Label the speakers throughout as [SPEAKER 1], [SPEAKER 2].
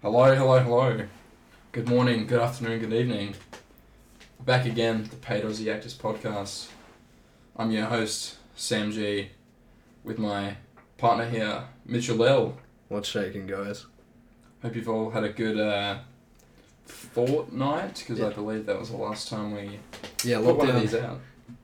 [SPEAKER 1] Hello, hello, hello. Good morning, good afternoon, good evening. Back again, the Paid Aussie Actors Podcast. I'm your host, Sam G, with my partner here, Mitchell L.
[SPEAKER 2] What's shaking, guys?
[SPEAKER 1] Hope you've all had a good uh, fortnight, because I
[SPEAKER 2] Yeah.
[SPEAKER 1] believe that was the last time we
[SPEAKER 2] Yeah,
[SPEAKER 1] put one of
[SPEAKER 2] lockdown.
[SPEAKER 1] these out.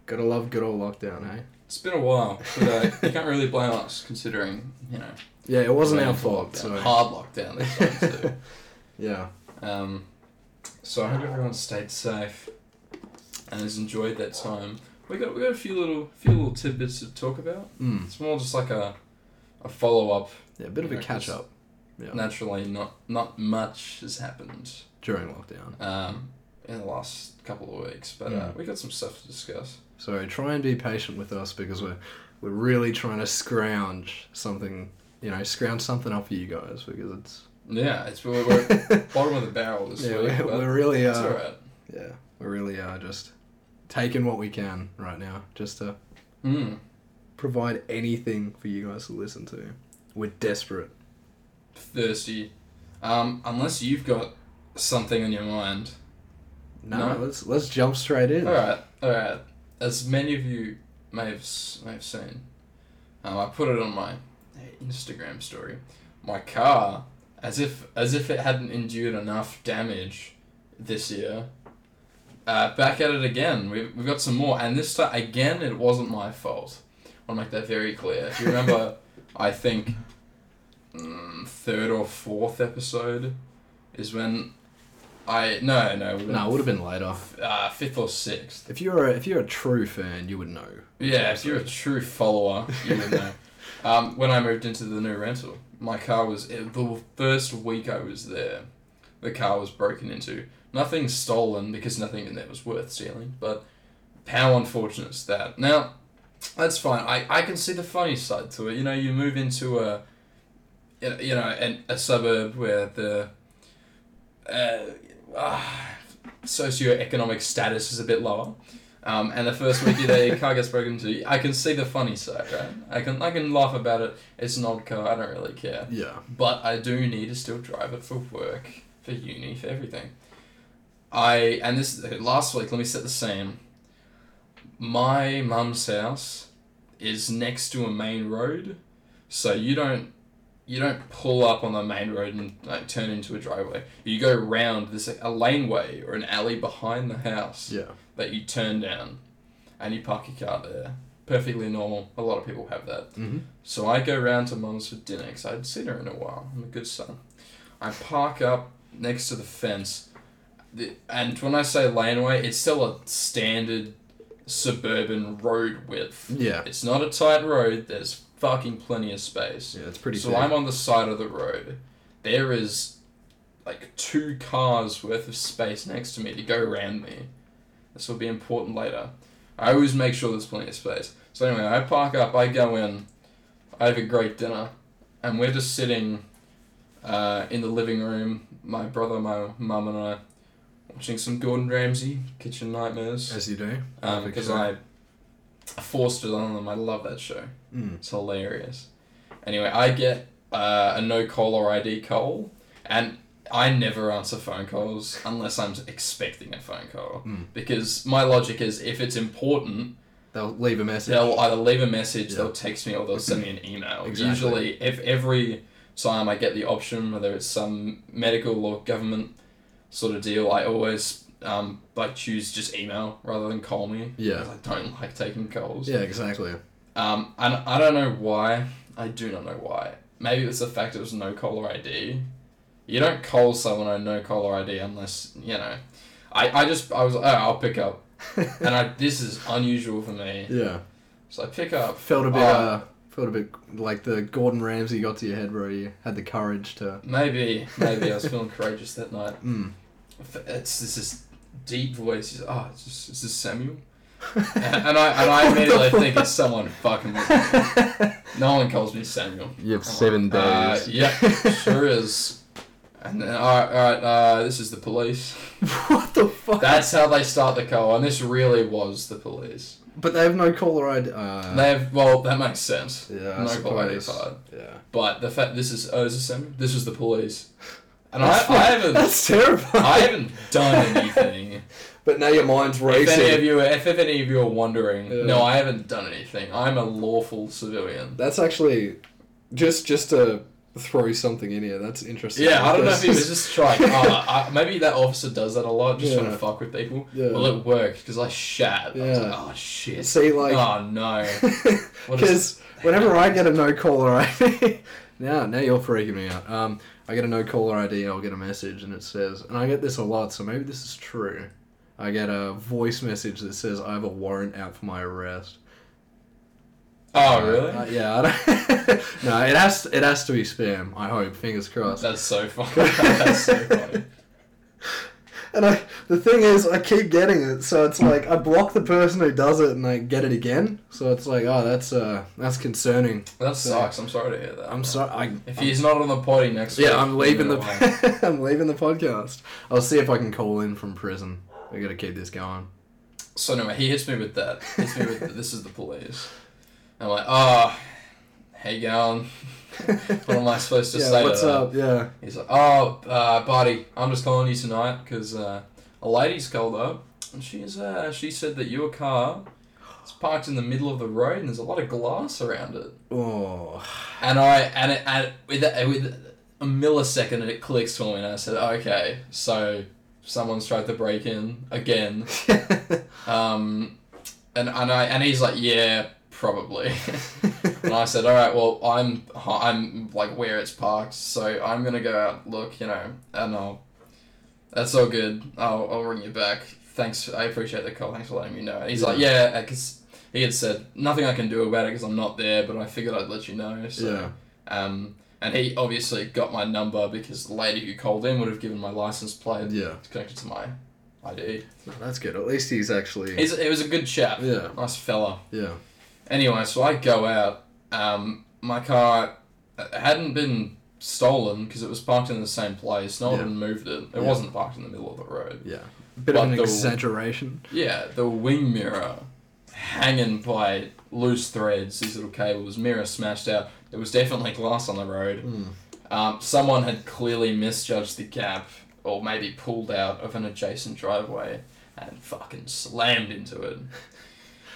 [SPEAKER 2] Gotta love good old lockdown, eh?
[SPEAKER 1] It's been a while, but uh, you can't really blame us, considering, you know.
[SPEAKER 2] Yeah, it wasn't
[SPEAKER 1] we
[SPEAKER 2] our
[SPEAKER 1] went into
[SPEAKER 2] fault.
[SPEAKER 1] lockdown.
[SPEAKER 2] So
[SPEAKER 1] Hard lockdown this time, too.
[SPEAKER 2] yeah,
[SPEAKER 1] Um, so I hope everyone stayed safe and has enjoyed that time. We got we got a few little few little tidbits to talk about.
[SPEAKER 2] mm.
[SPEAKER 1] It's more just like a a follow up.
[SPEAKER 2] yeah, a bit of a
[SPEAKER 1] Yeah, 'cause-
[SPEAKER 2] catch up. Yeah,
[SPEAKER 1] Naturally, not not much has happened
[SPEAKER 2] during lockdown.
[SPEAKER 1] um, in the last couple of weeks, but uh,
[SPEAKER 2] Mm.
[SPEAKER 1] we got some stuff to discuss.
[SPEAKER 2] So try and be patient with us because we're we're really trying to scrounge something. You know, scrounge something up for you guys because it's
[SPEAKER 1] Yeah, it's we're, we're at bottom of the barrel this
[SPEAKER 2] yeah,
[SPEAKER 1] week.
[SPEAKER 2] we're,
[SPEAKER 1] but
[SPEAKER 2] we're really
[SPEAKER 1] it's
[SPEAKER 2] uh,
[SPEAKER 1] alright.
[SPEAKER 2] yeah, we really are just taking what we can right now just to
[SPEAKER 1] Mm.
[SPEAKER 2] provide anything for you guys to listen to. We're desperate.
[SPEAKER 1] Thirsty. Um, unless you've got something on your mind.
[SPEAKER 2] No,
[SPEAKER 1] No.
[SPEAKER 2] let's let's jump straight in.
[SPEAKER 1] All right, all right. As many of you may have s- may have seen, um, I put it on my uh, Instagram story. My car, as if as if it hadn't endured enough damage this year. Uh, back at it again. We've, we've got some more, and this time again, it wasn't my fault. I want to make that very clear. If you remember, I think mm, third or fourth episode is when I no no we went
[SPEAKER 2] No, it would have been later.
[SPEAKER 1] uh, fifth or sixth.
[SPEAKER 2] If you're a, if you're a true fan, you would know.
[SPEAKER 1] Yeah, if you're a true follower, you would know. um, when I moved into the new rental, my car was it, the first week I was there. The car was broken into. Nothing stolen because nothing in there was worth stealing. But how unfortunate is that? Now, that's fine. I, I can see the funny side to it. You know, you move into a you know, you know an, a suburb where the uh, ah, socioeconomic status is a bit lower. Um, and the first week you're there, your car gets broken into. I can see the funny side, right? I can I can laugh about it. It's an old car. I don't really care.
[SPEAKER 2] Yeah.
[SPEAKER 1] But I do need to still drive it for work, for uni, for everything. I and this last week. Let me set the scene. My mum's house is next to a main road, so you don't you don't pull up on the main road and like turn into a driveway. You go round this a laneway or an alley behind the house
[SPEAKER 2] Yeah.
[SPEAKER 1] that you turn down and you park your car there. Perfectly normal. A lot of people have that.
[SPEAKER 2] Mm-hmm.
[SPEAKER 1] So I go round to mum's for dinner because I hadn't seen her in a while. I'm a good son. I park up next to the fence. The- And when I say laneway, it's still a standard suburban road width.
[SPEAKER 2] Yeah.
[SPEAKER 1] It's not a tight road, there's fucking plenty of space.
[SPEAKER 2] Yeah, it's pretty.
[SPEAKER 1] So
[SPEAKER 2] thick.
[SPEAKER 1] I'm on the side of the road. There is like two cars worth of space next to me to go around me. This will be important later. I always make sure there's plenty of space. So anyway, I park up, I go in, I have a great dinner, and we're just sitting uh, in the living room, my brother, my mum, and I, watching some Gordon Ramsay, Kitchen Nightmares,
[SPEAKER 2] as you do. Perfect
[SPEAKER 1] because
[SPEAKER 2] show.
[SPEAKER 1] I forced it on them. I love that show.
[SPEAKER 2] Mm.
[SPEAKER 1] It's hilarious. Anyway, I get uh, a no caller ID call, and I never answer phone calls unless I'm expecting a phone call.
[SPEAKER 2] Mm.
[SPEAKER 1] Because my logic is if it's important,
[SPEAKER 2] They'll leave a message.
[SPEAKER 1] they'll either leave a message,
[SPEAKER 2] Yeah.
[SPEAKER 1] they'll text me, or they'll send me an email.
[SPEAKER 2] Exactly.
[SPEAKER 1] Usually, if every time I get the option, whether it's some medical or government sort of deal, I always um, like choose just email rather than call me.
[SPEAKER 2] Yeah.
[SPEAKER 1] 'cause I don't like taking calls.
[SPEAKER 2] Yeah, exactly.
[SPEAKER 1] Um, and I don't know why. I do not know why. Maybe it was the fact it was no caller ID. You don't call someone on no caller ID unless you know. I, I just I was oh, I'll pick up, and I this is unusual for me.
[SPEAKER 2] yeah,
[SPEAKER 1] So I pick up.
[SPEAKER 2] felt a bit.
[SPEAKER 1] Oh.
[SPEAKER 2] Uh, felt a bit like the Gordon Ramsay got to your head where you had the courage to.
[SPEAKER 1] Maybe maybe I was feeling courageous that night.
[SPEAKER 2] Mm.
[SPEAKER 1] It's this is deep voice. He's, oh, it's just, is this Samuel? And, and I and I immediately think it's someone fucking. No one calls me Samuel.
[SPEAKER 2] You have
[SPEAKER 1] seven Uh, yeah, sure is. And then, all right, all right uh, this is the police.
[SPEAKER 2] what the fuck?
[SPEAKER 1] That's how they start the call, and this really was the police.
[SPEAKER 2] But they have no caller ID. Uh,
[SPEAKER 1] They have, well, that makes sense.
[SPEAKER 2] yeah, I
[SPEAKER 1] no caller ID
[SPEAKER 2] suppose.
[SPEAKER 1] card.
[SPEAKER 2] Yeah.
[SPEAKER 1] But the fact this is, oh, is this him? This is the police. And I, I haven't,
[SPEAKER 2] That's terrifying.
[SPEAKER 1] I haven't done anything.
[SPEAKER 2] But now your mind's
[SPEAKER 1] if
[SPEAKER 2] racing.
[SPEAKER 1] any of you, if, if any of you are wondering,
[SPEAKER 2] Yeah.
[SPEAKER 1] no, I haven't done anything. I'm a lawful civilian.
[SPEAKER 2] That's actually just just to throw something in here. That's interesting.
[SPEAKER 1] Yeah, I don't know if
[SPEAKER 2] because-
[SPEAKER 1] he was just trying. Uh, I, maybe that officer does that a lot, just trying
[SPEAKER 2] Yeah.
[SPEAKER 1] to fuck with people.
[SPEAKER 2] Yeah.
[SPEAKER 1] Well, it worked because I shat. I was
[SPEAKER 2] Yeah.
[SPEAKER 1] like, oh shit.
[SPEAKER 2] See, like-
[SPEAKER 1] oh no. What is-
[SPEAKER 2] Because whenever I get a no caller ID, now now you're freaking me out. Um, I get a no caller ID, I'll get a message, and it says, and I get this a lot, so maybe this is true. I get a voice message that says I have a warrant out for my arrest.
[SPEAKER 1] Oh
[SPEAKER 2] Uh,
[SPEAKER 1] really?
[SPEAKER 2] uh, yeah. I don't no, it has it has to be spam. I hope. Fingers crossed.
[SPEAKER 1] That's so funny. That's so funny.
[SPEAKER 2] And I, the thing is, I keep getting it, so it's like I block the person who does it, and I get it again. So it's like, oh, that's uh, that's concerning.
[SPEAKER 1] That
[SPEAKER 2] So-
[SPEAKER 1] sucks. I'm sorry to hear that.
[SPEAKER 2] I'm sorry. I,
[SPEAKER 1] If he's not on the potty next week,
[SPEAKER 2] yeah, I'm leaving
[SPEAKER 1] you know why.
[SPEAKER 2] the I'm leaving the podcast. I'll see if I can call in from prison. We gotta keep this going.
[SPEAKER 1] So anyway, he hits me with that. Hits me with this is the police. I'm like, ah, oh, hey, going. What am I supposed to
[SPEAKER 2] yeah,
[SPEAKER 1] say? uh, to
[SPEAKER 2] what's uh,
[SPEAKER 1] that?
[SPEAKER 2] up? Yeah,
[SPEAKER 1] He's like, oh, uh, buddy, I'm just calling you tonight because uh, a lady's called up and she's uh, she said that your car is parked in the middle of the road and there's a lot of glass around it.
[SPEAKER 2] oh,
[SPEAKER 1] And I and it, and with a, with a millisecond it clicks for me and I said, okay, so someone's tried to break in again. Um, and and I and he's like, yeah, probably. And I said, all right, well, I'm I'm like where it's parked, so I'm gonna go out, look, you know, and I'll. That's all good. I'll I'll ring you back. Thanks, I appreciate the call. Thanks for letting me know. And he's like, yeah, because he had said nothing I can do about it because I'm not there, but I figured I'd let you know.
[SPEAKER 2] yeah,
[SPEAKER 1] So, Um, and he obviously got my number because the lady who called in would have given my license plate.
[SPEAKER 2] yeah.
[SPEAKER 1] It's connected to my ID.
[SPEAKER 2] No, that's good. At least he's actually
[SPEAKER 1] He's, it was a good chat.
[SPEAKER 2] yeah,
[SPEAKER 1] Nice fella.
[SPEAKER 2] yeah.
[SPEAKER 1] Anyway, so I go out. Um, my car hadn't been stolen because it was parked in the same place. No one
[SPEAKER 2] Yeah.
[SPEAKER 1] had moved it. It
[SPEAKER 2] Yeah.
[SPEAKER 1] wasn't parked in the middle of the road.
[SPEAKER 2] Bit
[SPEAKER 1] But
[SPEAKER 2] of an
[SPEAKER 1] the-
[SPEAKER 2] exaggeration.
[SPEAKER 1] Yeah, the wing mirror hanging by loose threads, these little cables, mirror smashed out. There was definitely glass on the road.
[SPEAKER 2] Mm.
[SPEAKER 1] Um, someone had clearly misjudged the gap or maybe pulled out of an adjacent driveway and fucking slammed into it.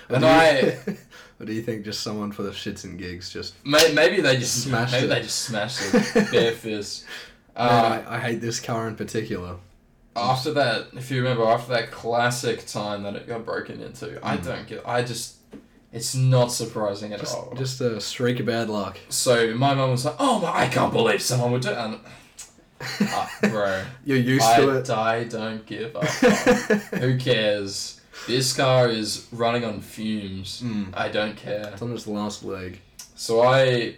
[SPEAKER 2] Or
[SPEAKER 1] And
[SPEAKER 2] do
[SPEAKER 1] I.
[SPEAKER 2] you- or do you think just someone for the shits and gigs just?
[SPEAKER 1] May- Maybe they just
[SPEAKER 2] Smashed
[SPEAKER 1] Maybe
[SPEAKER 2] it.
[SPEAKER 1] they just smashed it bare fist. Uh,
[SPEAKER 2] Man, I, I hate this car in particular.
[SPEAKER 1] after that, if you remember, after that classic time that it got broken into, I don't get. I just, it's not surprising at
[SPEAKER 2] Hmm. Just,
[SPEAKER 1] all.
[SPEAKER 2] just a streak of bad luck.
[SPEAKER 1] so my mum was like, "Oh my, I can't believe someone would do." it." And, uh, bro,
[SPEAKER 2] You're used
[SPEAKER 1] I
[SPEAKER 2] to it.
[SPEAKER 1] die. Don't give up. Who cares? This car is running on fumes.
[SPEAKER 2] Mm.
[SPEAKER 1] I don't care.
[SPEAKER 2] It's on its last leg.
[SPEAKER 1] So I,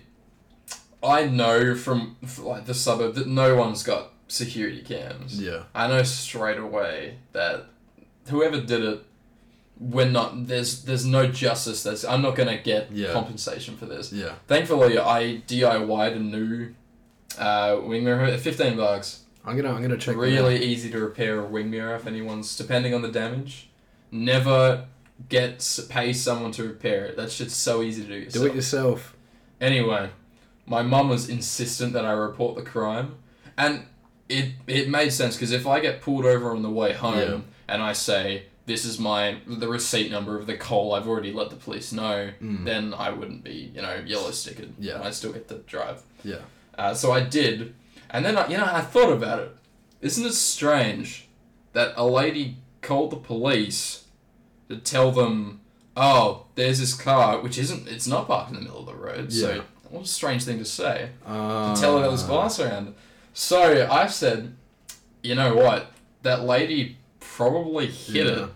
[SPEAKER 1] I know from f- like the suburb that no one's got security cams.
[SPEAKER 2] Yeah.
[SPEAKER 1] I know straight away that whoever did it, we're not there's there's no justice. That's I'm not gonna get
[SPEAKER 2] Yeah.
[SPEAKER 1] compensation for this.
[SPEAKER 2] Yeah.
[SPEAKER 1] Thankfully, I DIY'd a new uh, wing mirror, fifteen bucks.
[SPEAKER 2] I'm gonna I'm gonna check. them out.
[SPEAKER 1] really easy to repair a wing mirror if anyone's depending on the damage. Never get s- pay someone to repair it. That shit's so easy to do. Yourself.
[SPEAKER 2] Do it yourself.
[SPEAKER 1] Anyway, my mum was insistent that I report the crime, and it it made sense because if I get pulled over on the way home
[SPEAKER 2] Yeah.
[SPEAKER 1] and I say this is my the receipt number of the coal I've already let the police know,
[SPEAKER 2] Mm.
[SPEAKER 1] then I wouldn't be you know yellow stickered.
[SPEAKER 2] Yeah.
[SPEAKER 1] I still get to drive.
[SPEAKER 2] Yeah.
[SPEAKER 1] Uh, so I did, and then I, you know I thought about it. Isn't it strange that a lady called the police to tell them, "Oh, there's this car which isn't it's not parked in the middle of the road."
[SPEAKER 2] Yeah.
[SPEAKER 1] So what a strange thing to say
[SPEAKER 2] Uh,
[SPEAKER 1] to tell her that there's glass around. it. So I said, "You know what? That lady probably hit
[SPEAKER 2] Yeah.
[SPEAKER 1] it.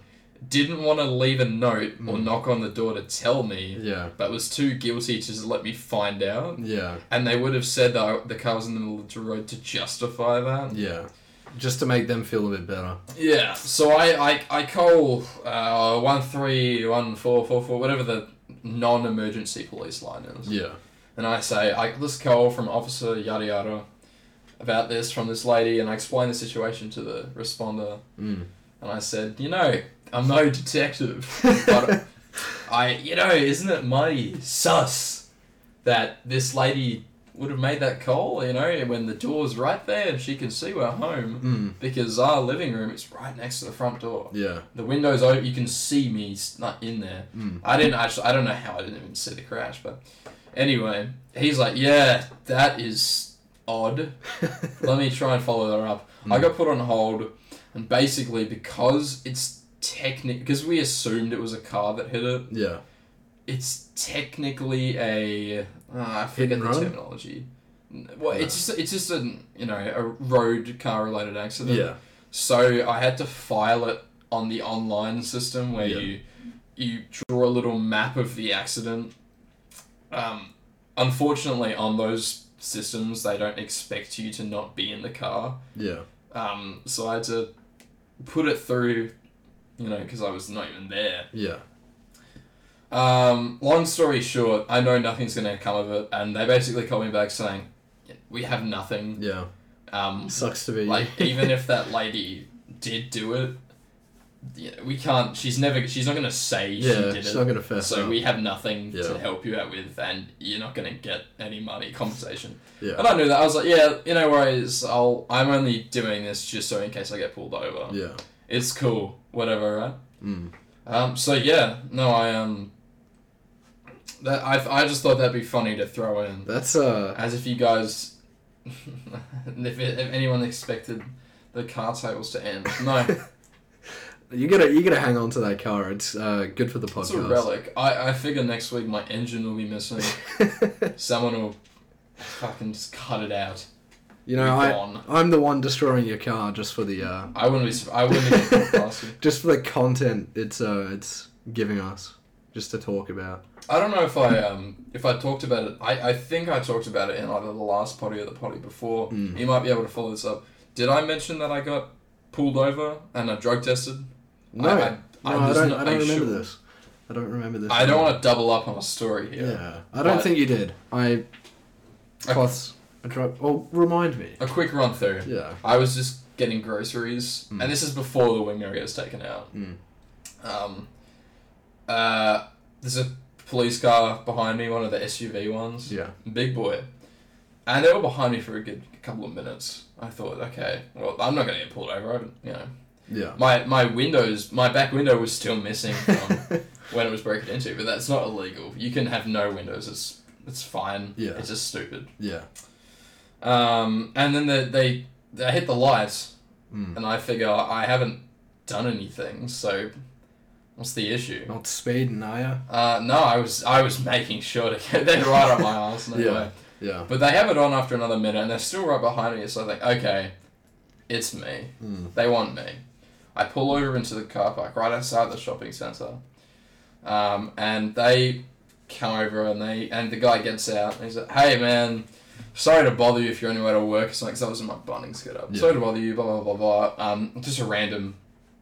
[SPEAKER 1] Didn't want to leave a note or
[SPEAKER 2] Mm.
[SPEAKER 1] knock on the door to tell me."
[SPEAKER 2] Yeah.
[SPEAKER 1] But was too guilty to just let me find out.
[SPEAKER 2] Yeah.
[SPEAKER 1] And they would have said that I- the car was in the middle of the road to justify that.
[SPEAKER 2] Yeah. Just to make them feel a bit better.
[SPEAKER 1] Yeah. So I I, I call uh, one three one four four four whatever the non-emergency police line is,
[SPEAKER 2] Yeah.
[SPEAKER 1] and I say I this call from officer yada yada about this from this lady, and I explain the situation to the responder,
[SPEAKER 2] Mm.
[SPEAKER 1] and I said, you know, I'm no detective, but uh, I you know, isn't it mighty sus that this lady would have made that call, you know, when the door's right there and she can see we're home
[SPEAKER 2] Mm.
[SPEAKER 1] because our living room is right next to the front door.
[SPEAKER 2] Yeah.
[SPEAKER 1] The window's open, you can see me s- not in there.
[SPEAKER 2] Mm.
[SPEAKER 1] I didn't actually, I don't know how I didn't even see the crash, but anyway, he's like, yeah, that is odd. Let me try and follow that up.
[SPEAKER 2] Hmm.
[SPEAKER 1] I got put on hold, and basically because it's technic, because we assumed it was a car that hit it,
[SPEAKER 2] yeah.
[SPEAKER 1] it's technically a ah, I
[SPEAKER 2] Hit
[SPEAKER 1] forget
[SPEAKER 2] and
[SPEAKER 1] the
[SPEAKER 2] run?
[SPEAKER 1] terminology. N- Well,
[SPEAKER 2] No.
[SPEAKER 1] it's just it's just a you know a road car related accident.
[SPEAKER 2] Yeah.
[SPEAKER 1] So I had to file it on the online system where
[SPEAKER 2] Yeah.
[SPEAKER 1] you you draw a little map of the accident. Um, unfortunately, on those systems, they don't expect you to not be in the car.
[SPEAKER 2] Yeah.
[SPEAKER 1] Um, so I had to put it through, you know, because I was not even there.
[SPEAKER 2] Yeah.
[SPEAKER 1] Um, long story short, I know nothing's going to come of it, and they basically called me back saying, "We have nothing."
[SPEAKER 2] Yeah.
[SPEAKER 1] Um,
[SPEAKER 2] Sucks to be
[SPEAKER 1] like even if that lady did do it, you know, we can't. She's never. She's not going to say she
[SPEAKER 2] yeah,
[SPEAKER 1] did it.
[SPEAKER 2] it's not gonna fess
[SPEAKER 1] so
[SPEAKER 2] up.
[SPEAKER 1] we have nothing
[SPEAKER 2] Yeah.
[SPEAKER 1] to help you out with, and you're not going to get any money compensation.
[SPEAKER 2] Yeah.
[SPEAKER 1] And I knew that. I was like, yeah, you know, worries. I'll. I'm only doing this just so in case I get pulled over.
[SPEAKER 2] yeah.
[SPEAKER 1] It's cool. Whatever, right?
[SPEAKER 2] Mm.
[SPEAKER 1] Um, so yeah, no, I um, that I I just thought that'd be funny to throw in,
[SPEAKER 2] That's uh.
[SPEAKER 1] as if you guys, if, if anyone expected the car tables to end. No,
[SPEAKER 2] You gotta you gotta hang on to that car. It's uh good for the
[SPEAKER 1] it's a
[SPEAKER 2] podcast.
[SPEAKER 1] relic. I I figure next week my engine will be missing. Someone will fucking just cut it out.
[SPEAKER 2] you know
[SPEAKER 1] Be
[SPEAKER 2] I
[SPEAKER 1] gone.
[SPEAKER 2] I'm the one destroying your car just for the uh
[SPEAKER 1] I wouldn't be. sur- I wouldn't even come past you.
[SPEAKER 2] just for the content it's uh it's giving us just to talk about.
[SPEAKER 1] I don't know if I um if I talked about it. I, I think I talked about it in either the last potty or the potty before.
[SPEAKER 2] Mm.
[SPEAKER 1] You might be able to follow this up. Did I mention that I got pulled over and I drug tested?
[SPEAKER 2] No,
[SPEAKER 1] I, I,
[SPEAKER 2] no, I,
[SPEAKER 1] was
[SPEAKER 2] don't.
[SPEAKER 1] not-
[SPEAKER 2] I don't
[SPEAKER 1] I
[SPEAKER 2] remember
[SPEAKER 1] should-
[SPEAKER 2] this. I don't remember this.
[SPEAKER 1] I
[SPEAKER 2] at
[SPEAKER 1] don't
[SPEAKER 2] all.
[SPEAKER 1] want to double up on a story
[SPEAKER 2] Yeah.
[SPEAKER 1] here.
[SPEAKER 2] I don't
[SPEAKER 1] But-
[SPEAKER 2] think you did. I.
[SPEAKER 1] I-
[SPEAKER 2] Plus, I dropped. Oh, remind me.
[SPEAKER 1] A quick run through.
[SPEAKER 2] Yeah.
[SPEAKER 1] I was just getting groceries,
[SPEAKER 2] Mm.
[SPEAKER 1] and this is before the wing area was taken out.
[SPEAKER 2] Mm.
[SPEAKER 1] Um, uh, there's a police car behind me, one of the SUV ones.
[SPEAKER 2] Yeah.
[SPEAKER 1] Big boy. And they were behind me for a good couple of minutes. I thought, okay, well, I'm not going to get pulled over. I, don't- you know,
[SPEAKER 2] Yeah.
[SPEAKER 1] my my windows, my back window was still missing from when it was broken into, but that's not illegal. You can have no windows. It's it's fine.
[SPEAKER 2] Yeah.
[SPEAKER 1] It's just stupid.
[SPEAKER 2] yeah.
[SPEAKER 1] Um, and then they they, they hit the lights,
[SPEAKER 2] Mm.
[SPEAKER 1] and I figure I haven't done anything, so what's the issue?
[SPEAKER 2] Not speeding, are ya?
[SPEAKER 1] Uh, no, I was I was making sure to get that right on my ass. No
[SPEAKER 2] Yeah.
[SPEAKER 1] way.
[SPEAKER 2] Yeah.
[SPEAKER 1] But they have it on after another minute, and they're still right behind me. So I think, okay, it's me.
[SPEAKER 2] Mm.
[SPEAKER 1] They want me. I pull over into the car park right outside the shopping centre, um, and they come over and they and the guy gets out and he's like, "Hey man, sorry to bother you if you're on your way to work." It's like 'cause that was in my Bunnings get up.
[SPEAKER 2] Yeah.
[SPEAKER 1] Sorry to bother you. Blah blah blah blah. Um, just a random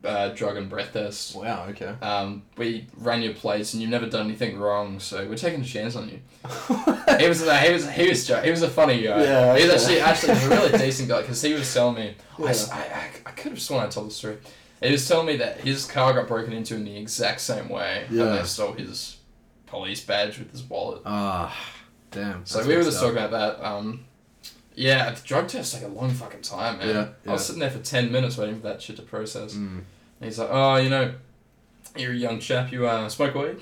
[SPEAKER 1] uh, drug and breath test.
[SPEAKER 2] Wow. Okay.
[SPEAKER 1] Um, we ran your place and you've never done anything wrong, so we're taking a chance on you. He was he was he was jo- he was a funny guy.
[SPEAKER 2] Yeah,
[SPEAKER 1] he was actually
[SPEAKER 2] okay.
[SPEAKER 1] actually he was a really decent guy because he was telling me I s I I I could have sworn I told the story. He was telling me that his car got broken into in the exact same way, and
[SPEAKER 2] Yeah.
[SPEAKER 1] they stole his police badge with his wallet.
[SPEAKER 2] Ah, damn.
[SPEAKER 1] So
[SPEAKER 2] that's
[SPEAKER 1] we were
[SPEAKER 2] messed
[SPEAKER 1] just
[SPEAKER 2] up.
[SPEAKER 1] talking about that. Um, yeah, the drug tests take a long fucking time, man. I
[SPEAKER 2] Yeah,
[SPEAKER 1] was
[SPEAKER 2] yeah.
[SPEAKER 1] sitting there for ten minutes waiting for that shit to process.
[SPEAKER 2] Mm.
[SPEAKER 1] And he's like, "Oh, you know, you're a young chap. You uh, smoke weed?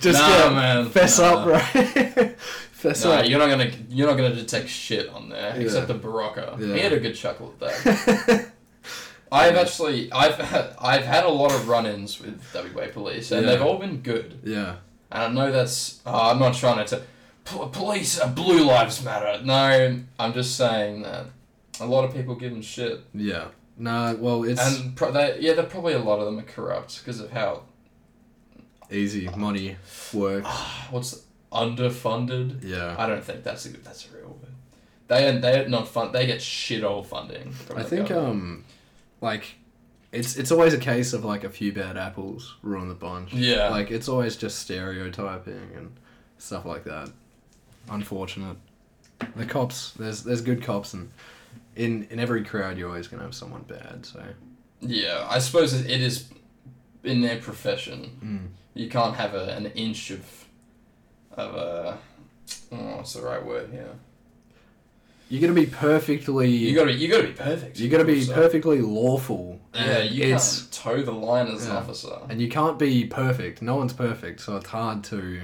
[SPEAKER 2] Just
[SPEAKER 1] Nah,
[SPEAKER 2] uh,
[SPEAKER 1] man,
[SPEAKER 2] Fess
[SPEAKER 1] nah.
[SPEAKER 2] up, right? fess
[SPEAKER 1] No,
[SPEAKER 2] up.
[SPEAKER 1] you're not gonna you're not gonna detect shit on there
[SPEAKER 2] Yeah.
[SPEAKER 1] except the Barocca.
[SPEAKER 2] Yeah.
[SPEAKER 1] He had a good chuckle at that. I've actually I've had, I've had a lot of run-ins with WA police and
[SPEAKER 2] Yeah.
[SPEAKER 1] they've all been good.
[SPEAKER 2] yeah.
[SPEAKER 1] And I know that's oh, I'm not trying to t- P- police are blue lives matter. No, I'm just saying that a lot of people give them shit
[SPEAKER 2] Yeah. Nah. Well, it's
[SPEAKER 1] and pro- they, yeah, they're probably a lot of them are corrupt because of how
[SPEAKER 2] easy money work.
[SPEAKER 1] Ah. what's underfunded.
[SPEAKER 2] Yeah.
[SPEAKER 1] I don't think that's a good, that's a real word. They they not fun. They get shit all funding. from
[SPEAKER 2] I
[SPEAKER 1] the
[SPEAKER 2] think
[SPEAKER 1] government.
[SPEAKER 2] um, like, it's it's always a case of like a few bad apples ruin the bunch.
[SPEAKER 1] Yeah.
[SPEAKER 2] um, Like it's always just stereotyping and stuff like that. Unfortunate. The cops, there's there's good cops and in in every crowd you're always gonna have someone bad. So
[SPEAKER 1] Yeah, I suppose it it is in their profession.
[SPEAKER 2] Mm.
[SPEAKER 1] You can't have a, an inch of of a Oh, it's the right word. Yeah.
[SPEAKER 2] You're gonna be perfectly.
[SPEAKER 1] You gotta be. You gotta be perfect.
[SPEAKER 2] you're gonna be
[SPEAKER 1] So-
[SPEAKER 2] perfectly lawful.
[SPEAKER 1] Yeah,
[SPEAKER 2] and
[SPEAKER 1] Uh, you
[SPEAKER 2] it's
[SPEAKER 1] can't toe the line as an
[SPEAKER 2] Yeah.
[SPEAKER 1] officer.
[SPEAKER 2] and you can't be perfect. No one's perfect, so it's hard to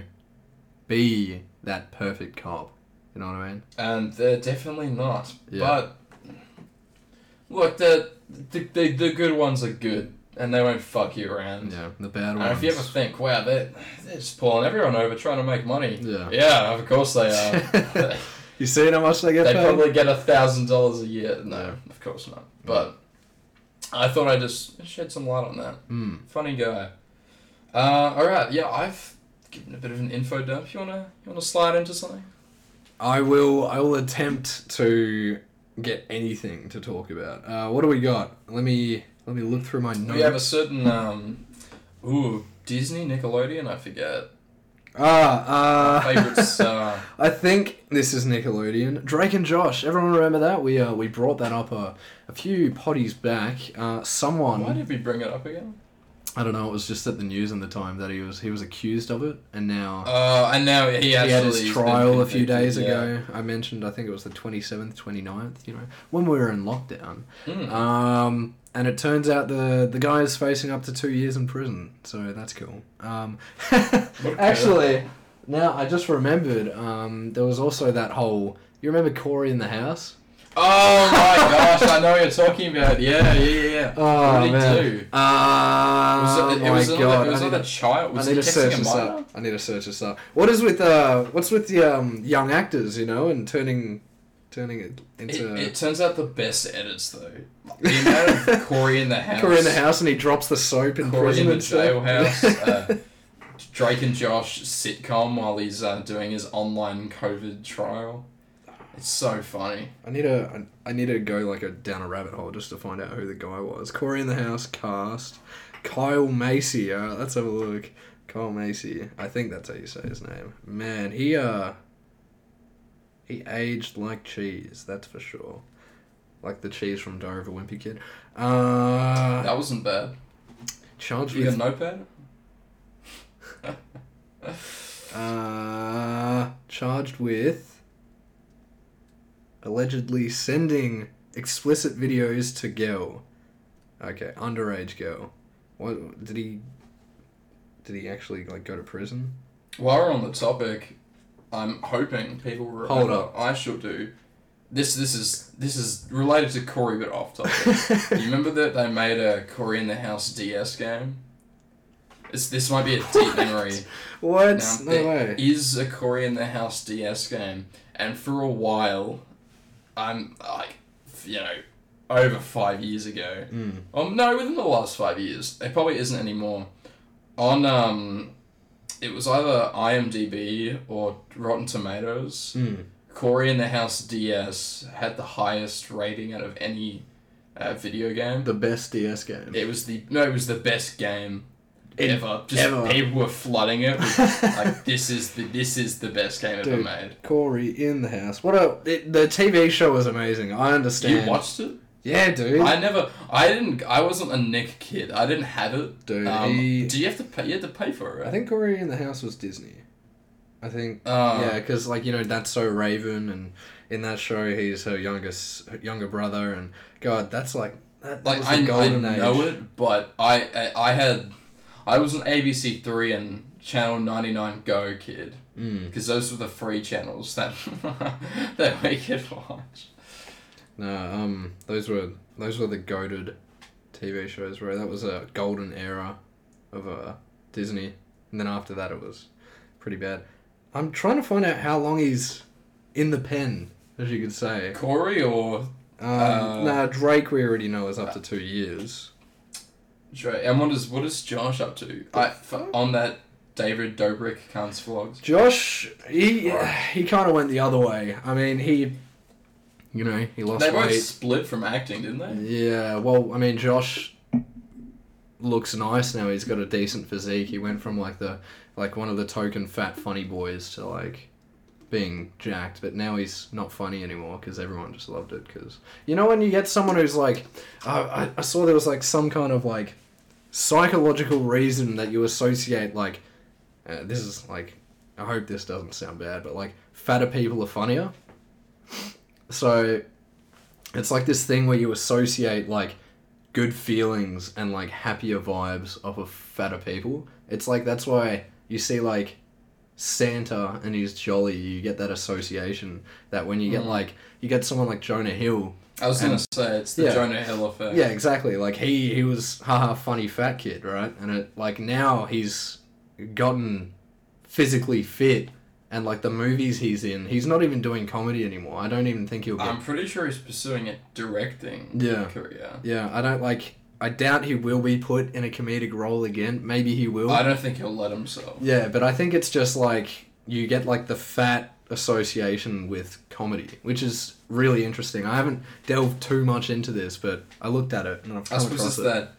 [SPEAKER 2] be that perfect cop. You know what I mean?
[SPEAKER 1] and they're definitely not.
[SPEAKER 2] Yeah.
[SPEAKER 1] But look, the, the the the good ones are good, and they won't fuck you around.
[SPEAKER 2] Yeah, the bad
[SPEAKER 1] And
[SPEAKER 2] ones.
[SPEAKER 1] if you ever think, wow, they're, they're just pulling everyone over trying to make money.
[SPEAKER 2] yeah.
[SPEAKER 1] Yeah, of course they are.
[SPEAKER 2] You seen how much they get
[SPEAKER 1] uh, they
[SPEAKER 2] paid?
[SPEAKER 1] probably get a thousand dollars a year. No, of course not. But I thought I just shed some light on that.
[SPEAKER 2] Hmm.
[SPEAKER 1] Funny guy. Uh, all right, yeah, I've given a bit of an info dump. You wanna you wanna slide into something?
[SPEAKER 2] I will. I will attempt to get anything to talk about. Uh, what do we got? Let me. Let me look through my notes.
[SPEAKER 1] We have a certain um, ooh Disney Nickelodeon. I forget
[SPEAKER 2] ah, uh,
[SPEAKER 1] favorite star.
[SPEAKER 2] I think this is Nickelodeon. Drake and Josh. Everyone remember that? We uh, we brought that up a, a few potties back. Uh, someone.
[SPEAKER 1] Why did we bring it up again?
[SPEAKER 2] I don't know. It was just at the news in the time that he was he was accused of it, and now
[SPEAKER 1] Uh, and now he
[SPEAKER 2] he
[SPEAKER 1] actually
[SPEAKER 2] had his
[SPEAKER 1] has been
[SPEAKER 2] trial a
[SPEAKER 1] convicted,
[SPEAKER 2] few days
[SPEAKER 1] yeah.
[SPEAKER 2] ago. I mentioned I think it was the 27th, 29th, you know, when we were in lockdown.
[SPEAKER 1] Mm.
[SPEAKER 2] Um, and it turns out the the guy is facing up to two years in prison, so that's cool. Um,
[SPEAKER 1] What a
[SPEAKER 2] actually, now I just remembered. Um, there was also that whole. You remember Corey in the house?
[SPEAKER 1] Oh my gosh! I know what you're talking about. Yeah, yeah, yeah, yeah.
[SPEAKER 2] Oh
[SPEAKER 1] what did
[SPEAKER 2] man!
[SPEAKER 1] he do?
[SPEAKER 2] Ah,
[SPEAKER 1] Was it, it
[SPEAKER 2] my
[SPEAKER 1] was
[SPEAKER 2] god!
[SPEAKER 1] another, it was
[SPEAKER 2] I need
[SPEAKER 1] another child. Was
[SPEAKER 2] I need
[SPEAKER 1] he
[SPEAKER 2] to search
[SPEAKER 1] texting a
[SPEAKER 2] this
[SPEAKER 1] minor?
[SPEAKER 2] up. I need to search this up. What is with uh, what's with the um, young actors, you know, and turning, turning it
[SPEAKER 1] It,
[SPEAKER 2] into
[SPEAKER 1] it turns out the best edits though. The amount of Corey in the house,
[SPEAKER 2] Corey in the house, and he drops the soap in
[SPEAKER 1] Corey
[SPEAKER 2] prison
[SPEAKER 1] in the
[SPEAKER 2] and stuff.
[SPEAKER 1] jailhouse, uh, Drake and Josh sitcom while he's uh, doing his online COVID trial. It's so funny.
[SPEAKER 2] I need to, I I need to go like a down a rabbit hole just to find out who the guy was. Corey in the house cast, Kyle Macy. Uh, let's have a look. Kyle Macy. I think that's how you say his name. Man, he uh, he aged like cheese. That's for sure. Like the cheese from Diary of a Wimpy Kid. Uh,
[SPEAKER 1] That wasn't bad.
[SPEAKER 2] charged
[SPEAKER 1] You got a
[SPEAKER 2] with
[SPEAKER 1] notepad?
[SPEAKER 2] uh, charged with allegedly sending explicit videos to girl. Okay, underage girl. What did he? Did he actually like go to prison?
[SPEAKER 1] While we're on the topic, I'm hoping people remember.
[SPEAKER 2] Hold up.
[SPEAKER 1] I shall do. This this is this is related to Corey but off topic. do you remember that they made a Corey in the House DS game? It's, this might be a deep memory.
[SPEAKER 2] what?
[SPEAKER 1] Now,
[SPEAKER 2] No
[SPEAKER 1] there
[SPEAKER 2] way.
[SPEAKER 1] is a Corey in the House DS game, and for a while, I'm like, you know, over five years ago.
[SPEAKER 2] Mm.
[SPEAKER 1] Um, no, within the last five years, it probably isn't anymore. On um, it was either IMDb or Rotten Tomatoes.
[SPEAKER 2] Mm.
[SPEAKER 1] Corey in the House DS had the highest rating out of any uh, video game.
[SPEAKER 2] The best DS game.
[SPEAKER 1] It was the no, it was the best game
[SPEAKER 2] It-
[SPEAKER 1] ever. Just
[SPEAKER 2] ever.
[SPEAKER 1] people were flooding it. With, like this is the this is the best game ever
[SPEAKER 2] Dude,
[SPEAKER 1] made.
[SPEAKER 2] Corey in the house. What a it, the TV show was amazing. I understand.
[SPEAKER 1] You watched it?
[SPEAKER 2] Yeah, dude.
[SPEAKER 1] I never. I didn't. I wasn't a Nick kid. I didn't have it.
[SPEAKER 2] Dude,
[SPEAKER 1] um,
[SPEAKER 2] he-
[SPEAKER 1] do you have to pay? You had to pay for it.
[SPEAKER 2] I
[SPEAKER 1] Right?
[SPEAKER 2] think Corey in the house was Disney. I think
[SPEAKER 1] Uh,
[SPEAKER 2] Yeah, because like you know that's so Raven, and in that show he's her youngest younger brother, and God, that's like that, that
[SPEAKER 1] Like
[SPEAKER 2] was
[SPEAKER 1] I,
[SPEAKER 2] the
[SPEAKER 1] I
[SPEAKER 2] golden
[SPEAKER 1] know
[SPEAKER 2] age.
[SPEAKER 1] it, but I, I I had I was an ABC three and Channel ninety nine Go kid
[SPEAKER 2] Mm,
[SPEAKER 1] because those were the free channels that that we could watch.
[SPEAKER 2] no, um, those were those were the goaded TV shows, right? That was a golden era of uh, Disney, and then after that it was pretty bad. I'm trying to find out how long he's in the pen, as you could say.
[SPEAKER 1] Corey or
[SPEAKER 2] Um,
[SPEAKER 1] Uh,
[SPEAKER 2] nah, Drake we already know is up to two years.
[SPEAKER 1] Dre, and what is what is Josh up to? I f- on that David Dobrik cunts vlogs.
[SPEAKER 2] Josh, he he kind of went the other way. I mean, he, you know, he lost
[SPEAKER 1] They both
[SPEAKER 2] weight.
[SPEAKER 1] split from acting, didn't they?
[SPEAKER 2] Yeah, well, I mean, Josh looks nice now. He's got a decent physique. He went from like the like one of the token fat funny boys to like being jacked, but now he's not funny anymore because everyone just loved it. Because you know when you get someone who's like, I, I I saw there was like some kind of like psychological reason that you associate like uh, this is like I hope this doesn't sound bad, but like fatter people are funnier. So it's like this thing where you associate like good feelings and like happier vibes off of fatter people. It's like that's why you see like Santa and he's jolly, you get that association that when you get
[SPEAKER 1] Mm.
[SPEAKER 2] like you get someone like Jonah Hill.
[SPEAKER 1] I was
[SPEAKER 2] And-
[SPEAKER 1] gonna say it's the
[SPEAKER 2] yeah.
[SPEAKER 1] Jonah Hill effect.
[SPEAKER 2] Yeah, exactly. Like he he was haha funny fat kid, right? And it like now he's gotten physically fit and like the movies he's in, he's not even doing comedy anymore. I don't even think he'll get
[SPEAKER 1] I'm pretty sure he's pursuing a directing
[SPEAKER 2] Yeah.
[SPEAKER 1] career.
[SPEAKER 2] Yeah, I don't like. I doubt he will be put in a comedic role again. Maybe he will.
[SPEAKER 1] I don't think he'll let himself.
[SPEAKER 2] yeah, but I think it's just like you get like the fat association with comedy, which is really interesting. I haven't delved too much into this, but I looked at it and I've come
[SPEAKER 1] I suppose
[SPEAKER 2] across
[SPEAKER 1] it's
[SPEAKER 2] it.
[SPEAKER 1] that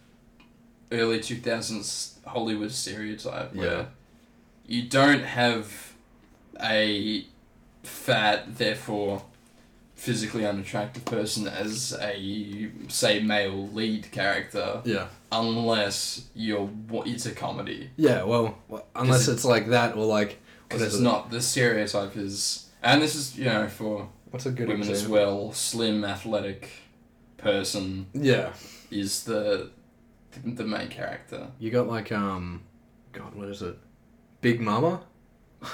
[SPEAKER 1] early 2000s Hollywood stereotype where
[SPEAKER 2] Yeah.
[SPEAKER 1] you don't have a fat, therefore physically unattractive person as a, say, male lead character
[SPEAKER 2] Yeah,
[SPEAKER 1] unless you're wa- it's a comedy.
[SPEAKER 2] yeah. Well, well, unless
[SPEAKER 1] it-
[SPEAKER 2] it's like that or like
[SPEAKER 1] Because
[SPEAKER 2] what
[SPEAKER 1] it's
[SPEAKER 2] is it?
[SPEAKER 1] not, the stereotype is, and this is, you know, for
[SPEAKER 2] What's a good
[SPEAKER 1] women as
[SPEAKER 2] example?
[SPEAKER 1] well, slim, athletic person
[SPEAKER 2] Yeah,
[SPEAKER 1] is the the main character.
[SPEAKER 2] you got like um, God, what is it? Big Mama.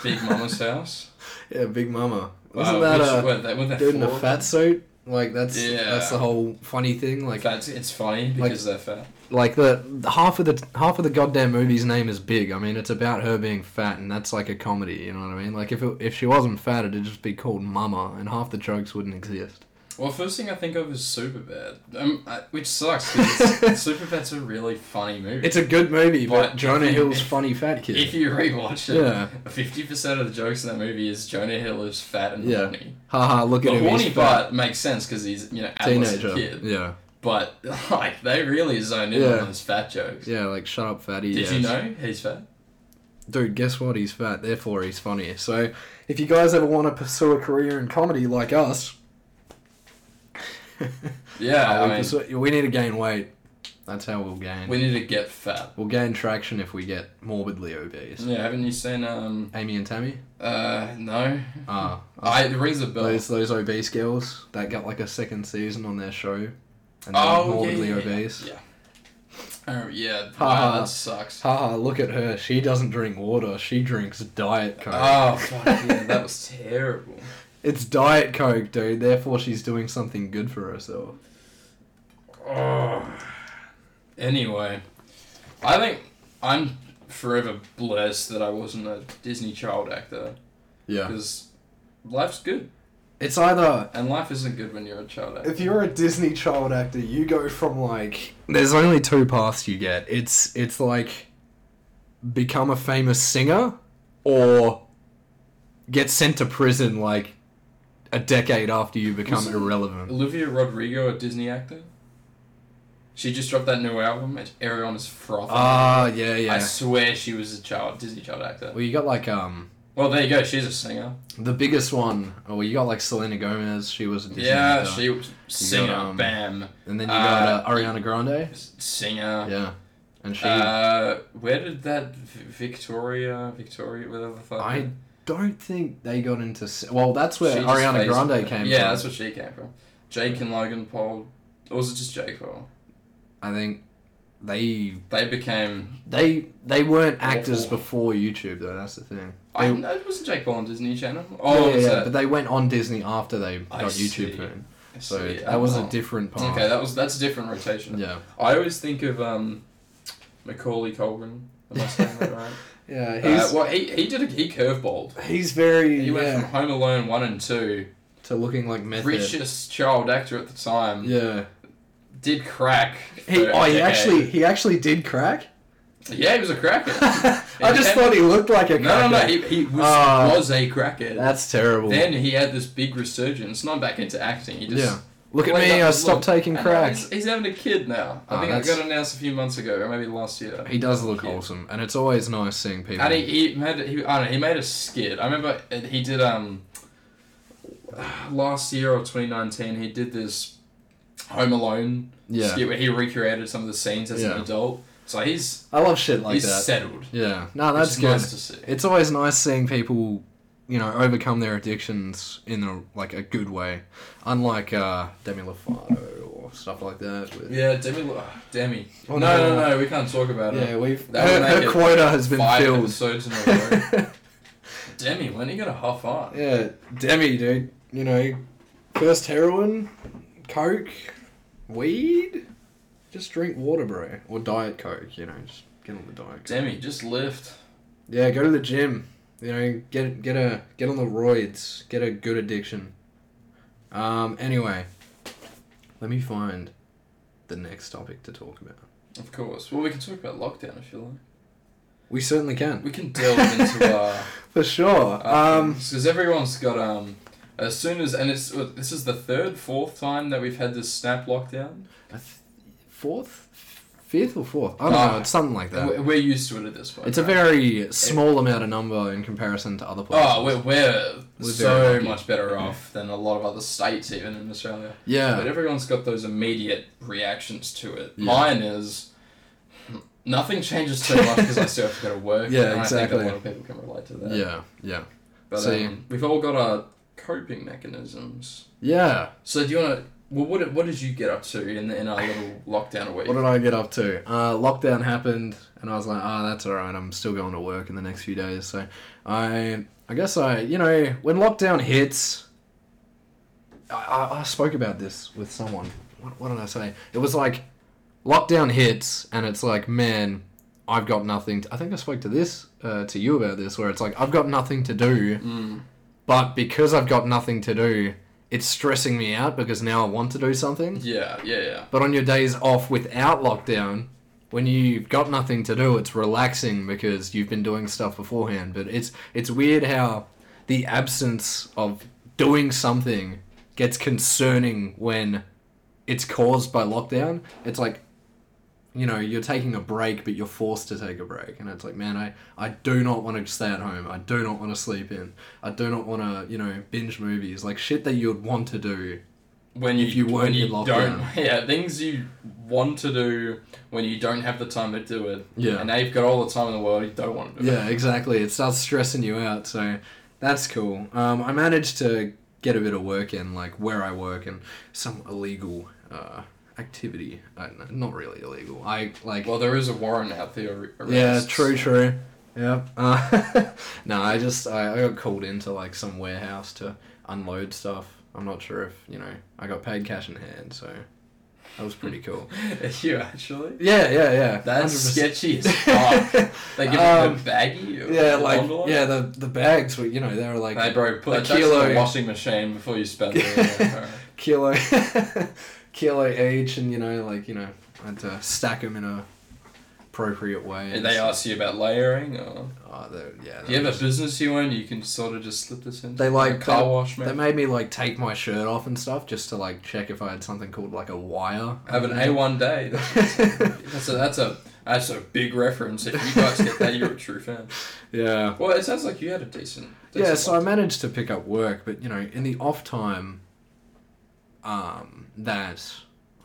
[SPEAKER 1] Big Mama's house.
[SPEAKER 2] Yeah, Big Mama. Wasn't
[SPEAKER 1] Wow,
[SPEAKER 2] that
[SPEAKER 1] which-
[SPEAKER 2] a
[SPEAKER 1] were they- were they
[SPEAKER 2] dude in a
[SPEAKER 1] four?
[SPEAKER 2] fat suit? Like that's
[SPEAKER 1] Yeah.
[SPEAKER 2] that's the whole funny thing. Like
[SPEAKER 1] That's it's funny because they're fat.
[SPEAKER 2] like the the- half of the half of the goddamn movie's name is Big. I mean, it's about her being fat, and that's like a comedy. You know what I mean? Like if it, if she wasn't fat, it'd just be called Mama, and half the jokes wouldn't exist.
[SPEAKER 1] Well, first thing I think of is Superbad, um, I, which sucks. 'cause it's- Superbad's a really funny movie.
[SPEAKER 2] It's a good movie, but,
[SPEAKER 1] But
[SPEAKER 2] Jonah
[SPEAKER 1] if-
[SPEAKER 2] Hill's
[SPEAKER 1] if-
[SPEAKER 2] funny fat
[SPEAKER 1] if
[SPEAKER 2] kid.
[SPEAKER 1] you rewatch
[SPEAKER 2] Yeah.
[SPEAKER 1] it, fifty percent of the jokes in that movie is Jonah Hill is fat and
[SPEAKER 2] Yeah.
[SPEAKER 1] horny.
[SPEAKER 2] Haha, look at
[SPEAKER 1] The
[SPEAKER 2] him.
[SPEAKER 1] horny
[SPEAKER 2] He's fat.
[SPEAKER 1] part makes sense because he's you know adolescent
[SPEAKER 2] Teenager.
[SPEAKER 1] kid,
[SPEAKER 2] Yeah,
[SPEAKER 1] but like they really zone in
[SPEAKER 2] Yeah.
[SPEAKER 1] on those fat jokes.
[SPEAKER 2] yeah. Like shut up, fatty.
[SPEAKER 1] Did
[SPEAKER 2] yes.
[SPEAKER 1] you know he's fat?
[SPEAKER 2] dude, guess what? He's fat, therefore he's funny. So, if you guys ever want to pursue a career in comedy like us, uh,
[SPEAKER 1] Yeah,
[SPEAKER 2] we,
[SPEAKER 1] I mean,
[SPEAKER 2] pursue- we need to gain weight. That's how we'll gain.
[SPEAKER 1] we need to get fat.
[SPEAKER 2] We'll gain traction if we get morbidly obese.
[SPEAKER 1] Yeah, haven't you seen um
[SPEAKER 2] Amy and Tammy,
[SPEAKER 1] uh no?
[SPEAKER 2] ah,
[SPEAKER 1] Mm. I it rings a bell.
[SPEAKER 2] those those obese girls that got like a second season on their show, and they're
[SPEAKER 1] Oh yeah,
[SPEAKER 2] morbidly
[SPEAKER 1] yeah, yeah,
[SPEAKER 2] obese.
[SPEAKER 1] Yeah. Oh yeah,
[SPEAKER 2] Ha, ha.
[SPEAKER 1] wow, that sucks.
[SPEAKER 2] Haha, look at her. She doesn't drink water. She drinks diet coke.
[SPEAKER 1] Oh fuck yeah, that was terrible.
[SPEAKER 2] it's diet coke, dude. Therefore, she's doing something good for herself.
[SPEAKER 1] Oh. Anyway, I think I'm forever blessed that I wasn't a Disney child actor
[SPEAKER 2] Yeah.
[SPEAKER 1] because life's good
[SPEAKER 2] It's either
[SPEAKER 1] and life isn't good when you're a child actor.
[SPEAKER 2] If you're a Disney child actor, you go from like there's only two paths you get. It's it's like become a famous singer or get sent to prison like a decade after you become
[SPEAKER 1] Was it-
[SPEAKER 2] irrelevant.
[SPEAKER 1] Olivia Rodrigo, a Disney actor. She just dropped that new album. It's Arion is frothing.
[SPEAKER 2] Ah, yeah,
[SPEAKER 1] I
[SPEAKER 2] yeah.
[SPEAKER 1] swear she was a child Disney child actor.
[SPEAKER 2] Well, you got like um
[SPEAKER 1] Well, there you go. She's a singer.
[SPEAKER 2] the biggest one. Oh, well, you got like Selena Gomez. She was a Disney
[SPEAKER 1] yeah,
[SPEAKER 2] actor.
[SPEAKER 1] she was singer.
[SPEAKER 2] um,
[SPEAKER 1] bam,
[SPEAKER 2] and then you got
[SPEAKER 1] uh,
[SPEAKER 2] uh, Ariana Grande.
[SPEAKER 1] S- singer.
[SPEAKER 2] Yeah, and she.
[SPEAKER 1] Uh, where did that v- Victoria, Victoria, whatever the fuck?
[SPEAKER 2] I don't think they got into. s- Well, that's where
[SPEAKER 1] She just
[SPEAKER 2] Ariana
[SPEAKER 1] faced-
[SPEAKER 2] Grande came
[SPEAKER 1] Yeah,
[SPEAKER 2] from.
[SPEAKER 1] that's where she came from. Jake and Logan Paul, or was it just Jake Paul?
[SPEAKER 2] I think they
[SPEAKER 1] They became.
[SPEAKER 2] they they weren't actors
[SPEAKER 1] Awful.
[SPEAKER 2] before YouTube though. That's the thing.
[SPEAKER 1] I
[SPEAKER 2] They-
[SPEAKER 1] know it wasn't Jake Paul on Disney Channel. Oh,
[SPEAKER 2] yeah,
[SPEAKER 1] was
[SPEAKER 2] yeah,
[SPEAKER 1] that?
[SPEAKER 2] but they went on Disney after they got
[SPEAKER 1] I
[SPEAKER 2] YouTube.
[SPEAKER 1] see.
[SPEAKER 2] Put,
[SPEAKER 1] I
[SPEAKER 2] so
[SPEAKER 1] see,
[SPEAKER 2] that was a
[SPEAKER 1] oh.
[SPEAKER 2] different path.
[SPEAKER 1] Okay, that was that's a different rotation.
[SPEAKER 2] yeah,
[SPEAKER 1] I always think of um, Macaulay Culkin. Am I saying that right?
[SPEAKER 2] yeah.
[SPEAKER 1] Uh, well, he, he did a he curveballed.
[SPEAKER 2] he's very
[SPEAKER 1] He went from Home Alone one and two,
[SPEAKER 2] to looking like method.
[SPEAKER 1] richest child actor at the time.
[SPEAKER 2] Yeah.
[SPEAKER 1] Did crack.
[SPEAKER 2] He
[SPEAKER 1] for a
[SPEAKER 2] oh he
[SPEAKER 1] decade.
[SPEAKER 2] actually he actually did crack.
[SPEAKER 1] Yeah, he was a cracker.
[SPEAKER 2] I just
[SPEAKER 1] came-
[SPEAKER 2] thought he looked like a
[SPEAKER 1] no, no, no.
[SPEAKER 2] cracker.
[SPEAKER 1] He, he was,
[SPEAKER 2] Ah.
[SPEAKER 1] was a cracker.
[SPEAKER 2] That's terrible.
[SPEAKER 1] then he had this big resurgence, not back into acting. He just
[SPEAKER 2] yeah. Look at
[SPEAKER 1] Wait,
[SPEAKER 2] me!
[SPEAKER 1] no,
[SPEAKER 2] I stopped
[SPEAKER 1] look,
[SPEAKER 2] taking
[SPEAKER 1] and
[SPEAKER 2] crack.
[SPEAKER 1] He's, he's having a kid now. I
[SPEAKER 2] Ah,
[SPEAKER 1] think
[SPEAKER 2] that's-
[SPEAKER 1] it got announced a few months ago, or maybe last year.
[SPEAKER 2] He does look
[SPEAKER 1] Yeah.
[SPEAKER 2] wholesome, and it's always nice seeing people.
[SPEAKER 1] And he, he made he, I don't know he made a skit. I remember uh, he did um last year or twenty nineteen he did this Home Alone
[SPEAKER 2] yeah,
[SPEAKER 1] skit where he recreated some of the scenes as
[SPEAKER 2] Yeah.
[SPEAKER 1] an adult. So he's
[SPEAKER 2] I love shit like
[SPEAKER 1] he's
[SPEAKER 2] that.
[SPEAKER 1] settled.
[SPEAKER 2] Yeah, no,
[SPEAKER 1] which
[SPEAKER 2] that's
[SPEAKER 1] is
[SPEAKER 2] good.
[SPEAKER 1] nice to see.
[SPEAKER 2] It's always nice seeing people you know overcome their addictions in a like a good way, unlike uh, Demi Lovato or stuff like that. with-
[SPEAKER 1] Yeah, Demi. Lo- ah, Demi.
[SPEAKER 2] Oh,
[SPEAKER 1] no,
[SPEAKER 2] no.
[SPEAKER 1] no, no, We can't talk about it.
[SPEAKER 2] yeah, we've
[SPEAKER 1] That would
[SPEAKER 2] her,
[SPEAKER 1] make
[SPEAKER 2] her
[SPEAKER 1] it
[SPEAKER 2] quota has been
[SPEAKER 1] Five
[SPEAKER 2] filled.
[SPEAKER 1] episodes in a row. Demi, when are you gonna huff on?
[SPEAKER 2] yeah, Demi, dude. You know, first heroin, coke, weed. Just drink water, bro, or diet coke. You know, just get on the diet. Coke.
[SPEAKER 1] Demi, just lift.
[SPEAKER 2] Yeah, go to the gym. You know, get get a get on the roids. Get a good addiction. Um. Anyway, let me find the next topic to talk about.
[SPEAKER 1] Of course. Well, we can talk about lockdown if you like.
[SPEAKER 2] We certainly can.
[SPEAKER 1] We can delve into uh,
[SPEAKER 2] For sure. Um.
[SPEAKER 1] because everyone's got um. As soon as and it's this is the third, fourth time that we've had this snap lockdown.
[SPEAKER 2] I th- fourth, fifth, or fourth? I don't know.
[SPEAKER 1] Ah.
[SPEAKER 2] It's something like that.
[SPEAKER 1] We're, we're used to it at this point.
[SPEAKER 2] It's a
[SPEAKER 1] right?
[SPEAKER 2] very small amount of number in comparison to other places.
[SPEAKER 1] Oh, we're, we're,
[SPEAKER 2] We're very
[SPEAKER 1] so
[SPEAKER 2] lucky.
[SPEAKER 1] much better off than a lot of other states, even in Australia. But
[SPEAKER 2] yeah.
[SPEAKER 1] everyone's got those immediate reactions to it.
[SPEAKER 2] Yeah.
[SPEAKER 1] Mine is nothing changes too much because I still have to go to work.
[SPEAKER 2] Yeah,
[SPEAKER 1] and
[SPEAKER 2] exactly.
[SPEAKER 1] I think a lot of people can relate to that.
[SPEAKER 2] Yeah. Yeah.
[SPEAKER 1] But
[SPEAKER 2] See.
[SPEAKER 1] um, we've all got our coping mechanisms.
[SPEAKER 2] Yeah.
[SPEAKER 1] So do you want to? Well, what did, what did you get up to in in our little lockdown week?
[SPEAKER 2] What did I get up to? Uh, lockdown happened, and I was like, "Ah, that's all right. I'm still going to work in the next few days." So, I, I guess I, you know, when lockdown hits, I, I, I spoke about this with someone. What, what did I say? It was like, lockdown hits, and it's like, man, I've got nothing. To, I think I spoke to this uh, to you about this, where it's like, I've got nothing to do,
[SPEAKER 1] Mm.
[SPEAKER 2] but because I've got nothing to do, it's stressing me out because now I want to do something.
[SPEAKER 1] Yeah, yeah, yeah.
[SPEAKER 2] But on your days off without lockdown, when you've got nothing to do, it's relaxing because you've been doing stuff beforehand. But it's it's weird how the absence of doing something gets concerning when it's caused by lockdown. It's like you know, you're taking a break but you're forced to take a break and it's like, man, I, I do not want to stay at home. I do not want to sleep in. I do not want to, you know, binge movies. Like shit that you would want to do.
[SPEAKER 1] When you,
[SPEAKER 2] If you weren't
[SPEAKER 1] when you
[SPEAKER 2] in lockdown.
[SPEAKER 1] don't, yeah, things you want to do when you don't have the time to do it.
[SPEAKER 2] Yeah.
[SPEAKER 1] And now you've got all the time in the world, you don't want to do it.
[SPEAKER 2] Yeah, exactly. It starts stressing you out, so that's cool. Um, I managed to get a bit of work in, like where I work and some illegal uh, activity. I don't know, not really illegal. I like.
[SPEAKER 1] Well, there is a warrant out there. ar-
[SPEAKER 2] yeah,
[SPEAKER 1] arrests.
[SPEAKER 2] true, true. Yeah. Uh, no, I just I, I got called into like some warehouse to unload stuff. I'm not sure if you know. I got paid cash in hand, so that was pretty cool.
[SPEAKER 1] you actually?
[SPEAKER 2] Yeah, yeah, yeah.
[SPEAKER 1] That's
[SPEAKER 2] 100%.
[SPEAKER 1] sketchy as fuck. they give
[SPEAKER 2] Um,
[SPEAKER 1] you the baggie? or
[SPEAKER 2] Yeah,
[SPEAKER 1] the
[SPEAKER 2] like
[SPEAKER 1] envelope?
[SPEAKER 2] yeah, the the bags were you know they were like
[SPEAKER 1] Hey, bro, put
[SPEAKER 2] a
[SPEAKER 1] that kilo in
[SPEAKER 2] kilo.
[SPEAKER 1] the washing machine before you spend it.
[SPEAKER 2] kilo kilo each and you know like you know I had to stack them in a appropriate way
[SPEAKER 1] Did they ask you about layering? Or...
[SPEAKER 2] oh, they're- yeah
[SPEAKER 1] Do you
[SPEAKER 2] they're
[SPEAKER 1] have a
[SPEAKER 2] just-
[SPEAKER 1] business you own? You can sort of just slip this in.
[SPEAKER 2] They like-
[SPEAKER 1] a car wash,
[SPEAKER 2] they
[SPEAKER 1] man.
[SPEAKER 2] made me like take my shirt off and stuff just to like check if I had something called like a wire
[SPEAKER 1] Have an A1 day. That's, that's a, that's a that's a big reference. If you guys get that, you're a true fan.
[SPEAKER 2] yeah
[SPEAKER 1] Well, it sounds like you had a decent.
[SPEAKER 2] yeah
[SPEAKER 1] decent
[SPEAKER 2] so i
[SPEAKER 1] life.
[SPEAKER 2] managed to pick up work but you know in the off time um that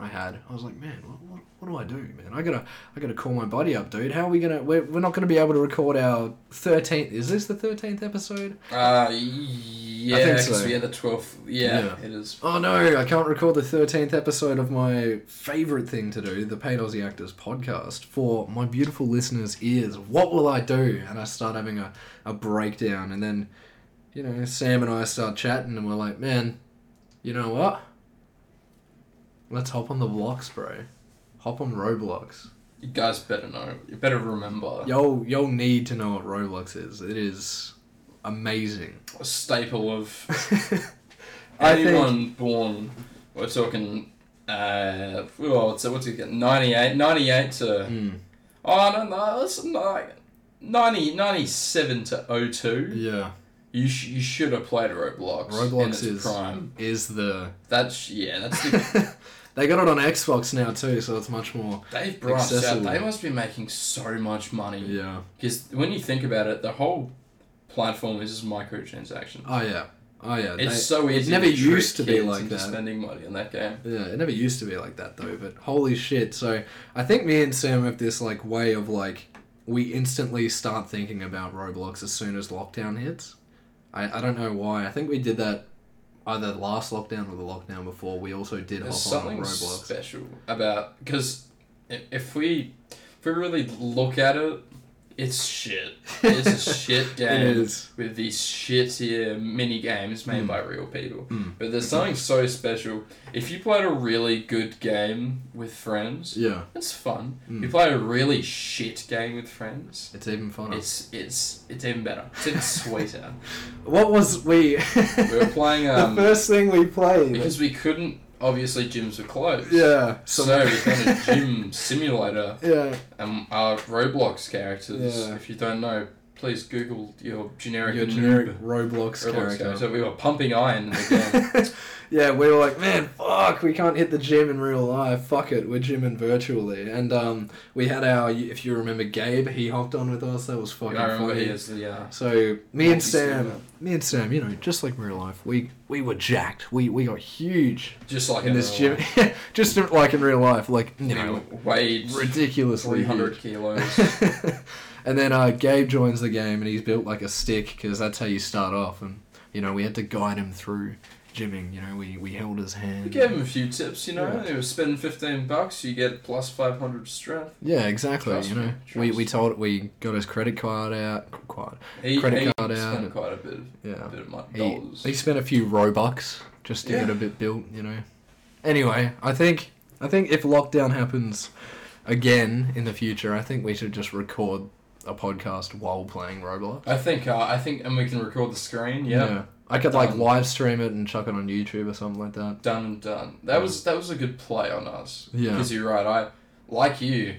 [SPEAKER 2] i had i was like man what, what, what do i do man i gotta i gotta call my buddy up dude how are we gonna we're, we're not gonna be able to record our 13th is this the 13th episode
[SPEAKER 1] Uh, yeah,
[SPEAKER 2] I think
[SPEAKER 1] because
[SPEAKER 2] so.
[SPEAKER 1] we had the 12th. Yeah,
[SPEAKER 2] Yeah.
[SPEAKER 1] it is.
[SPEAKER 2] oh no i can't record the 13th episode of my favorite thing to do the paid aussie actors podcast for my beautiful listeners ears what will i do and i start having a, a breakdown and then you know sam and i start chatting and we're like man you know what let's hop on the blocks bro hop on roblox
[SPEAKER 1] You guys better know. You better remember.
[SPEAKER 2] you'll you'll need to know what roblox is it is amazing
[SPEAKER 1] A staple of
[SPEAKER 2] I think-
[SPEAKER 1] anyone born. We're talking. Uh, well, it's what's it? get? 98, 98 to.
[SPEAKER 2] Mm.
[SPEAKER 1] Oh no, no, that's like 90, 97 to 02.
[SPEAKER 2] yeah
[SPEAKER 1] You sh- you should have played Roblox.
[SPEAKER 2] Roblox
[SPEAKER 1] in its
[SPEAKER 2] is-
[SPEAKER 1] prime.
[SPEAKER 2] is the
[SPEAKER 1] That's yeah. That's the,
[SPEAKER 2] they got it on Xbox now too, so it's much more.
[SPEAKER 1] they've branched
[SPEAKER 2] Accessible.
[SPEAKER 1] out. They must be making so much money.
[SPEAKER 2] Yeah.
[SPEAKER 1] Because when you think about it, the whole platform is just microtransactions.
[SPEAKER 2] Oh yeah. Oh yeah.
[SPEAKER 1] it's
[SPEAKER 2] They-
[SPEAKER 1] so easy.
[SPEAKER 2] never
[SPEAKER 1] to trick
[SPEAKER 2] used to be
[SPEAKER 1] kids
[SPEAKER 2] like
[SPEAKER 1] into
[SPEAKER 2] that.
[SPEAKER 1] Spending money on that game.
[SPEAKER 2] yeah, it never used to be like that though. But holy shit! So I think me and Sam have this like way of like we instantly start thinking about Roblox as soon as lockdown hits. I, I don't know why. I think we did that either last lockdown or the lockdown before. We also did
[SPEAKER 1] There's
[SPEAKER 2] hop
[SPEAKER 1] something
[SPEAKER 2] on Roblox.
[SPEAKER 1] special about because if we if we really look at it, it's shit. It's a shit game.
[SPEAKER 2] It is.
[SPEAKER 1] with these shittier mini games made
[SPEAKER 2] Mm.
[SPEAKER 1] by real people.
[SPEAKER 2] Mm.
[SPEAKER 1] But there's something so special. If you played a really good game with friends,
[SPEAKER 2] Yeah,
[SPEAKER 1] it's fun.
[SPEAKER 2] Mm.
[SPEAKER 1] You play a really shit game with friends,
[SPEAKER 2] it's even funner.
[SPEAKER 1] it's it's it's even better. It's even sweeter.
[SPEAKER 2] What was we?
[SPEAKER 1] we were playing um
[SPEAKER 2] the first thing we played.
[SPEAKER 1] because we couldn't obviously gyms were closed.
[SPEAKER 2] yeah.
[SPEAKER 1] So we found a gym simulator
[SPEAKER 2] yeah.
[SPEAKER 1] and um, our Roblox characters.
[SPEAKER 2] Yeah.
[SPEAKER 1] If you don't know, please Google your generic
[SPEAKER 2] Your
[SPEAKER 1] noob
[SPEAKER 2] generic Roblox,
[SPEAKER 1] Roblox
[SPEAKER 2] character.
[SPEAKER 1] character. So we were pumping iron in the game.
[SPEAKER 2] yeah, we were like, man, fuck, we can't hit the gym in real life. Fuck it, we're gymming virtually. And um, we had our, if you remember Gabe, he hopped on with us. That was fucking
[SPEAKER 1] I remember
[SPEAKER 2] funny.
[SPEAKER 1] he is the uh,
[SPEAKER 2] So me and
[SPEAKER 1] Multi-streamer.
[SPEAKER 2] Sam, me and Sam, you know, just like real life, we we were jacked. We we got huge
[SPEAKER 1] just like
[SPEAKER 2] in this gym, just like in real life, like you know,
[SPEAKER 1] weighed
[SPEAKER 2] ridiculously
[SPEAKER 1] three hundred
[SPEAKER 2] huge.
[SPEAKER 1] kilos.
[SPEAKER 2] and then uh, Gabe joins the game and he's built like a stick because that's how you start off. And you know, we had to guide him through gymming. You know, we we held his hand.
[SPEAKER 1] We gave him a few tips, you know.
[SPEAKER 2] Yeah.
[SPEAKER 1] They were spending fifteen bucks, you get plus five hundred strength.
[SPEAKER 2] Yeah, exactly.
[SPEAKER 1] Trust
[SPEAKER 2] you know,
[SPEAKER 1] me,
[SPEAKER 2] we
[SPEAKER 1] trust
[SPEAKER 2] we told we got his credit card out. Card.
[SPEAKER 1] He,
[SPEAKER 2] Credit
[SPEAKER 1] he
[SPEAKER 2] card
[SPEAKER 1] spent
[SPEAKER 2] out.
[SPEAKER 1] quite a bit, of,
[SPEAKER 2] Yeah.
[SPEAKER 1] bit of money,
[SPEAKER 2] He,
[SPEAKER 1] dollars.
[SPEAKER 2] he spent a few Robux just to get
[SPEAKER 1] Yeah.
[SPEAKER 2] a bit built, you know. Anyway, I think I think if lockdown happens again in the future, I think we should just record a podcast while playing Roblox.
[SPEAKER 1] I think, uh, I think, and we can record the screen. Yeah, Um,
[SPEAKER 2] I could like
[SPEAKER 1] Done.
[SPEAKER 2] live stream it and chuck it on YouTube or something like that.
[SPEAKER 1] done and done. That was that was a good play on us.
[SPEAKER 2] Yeah.
[SPEAKER 1] because you're right. I like you.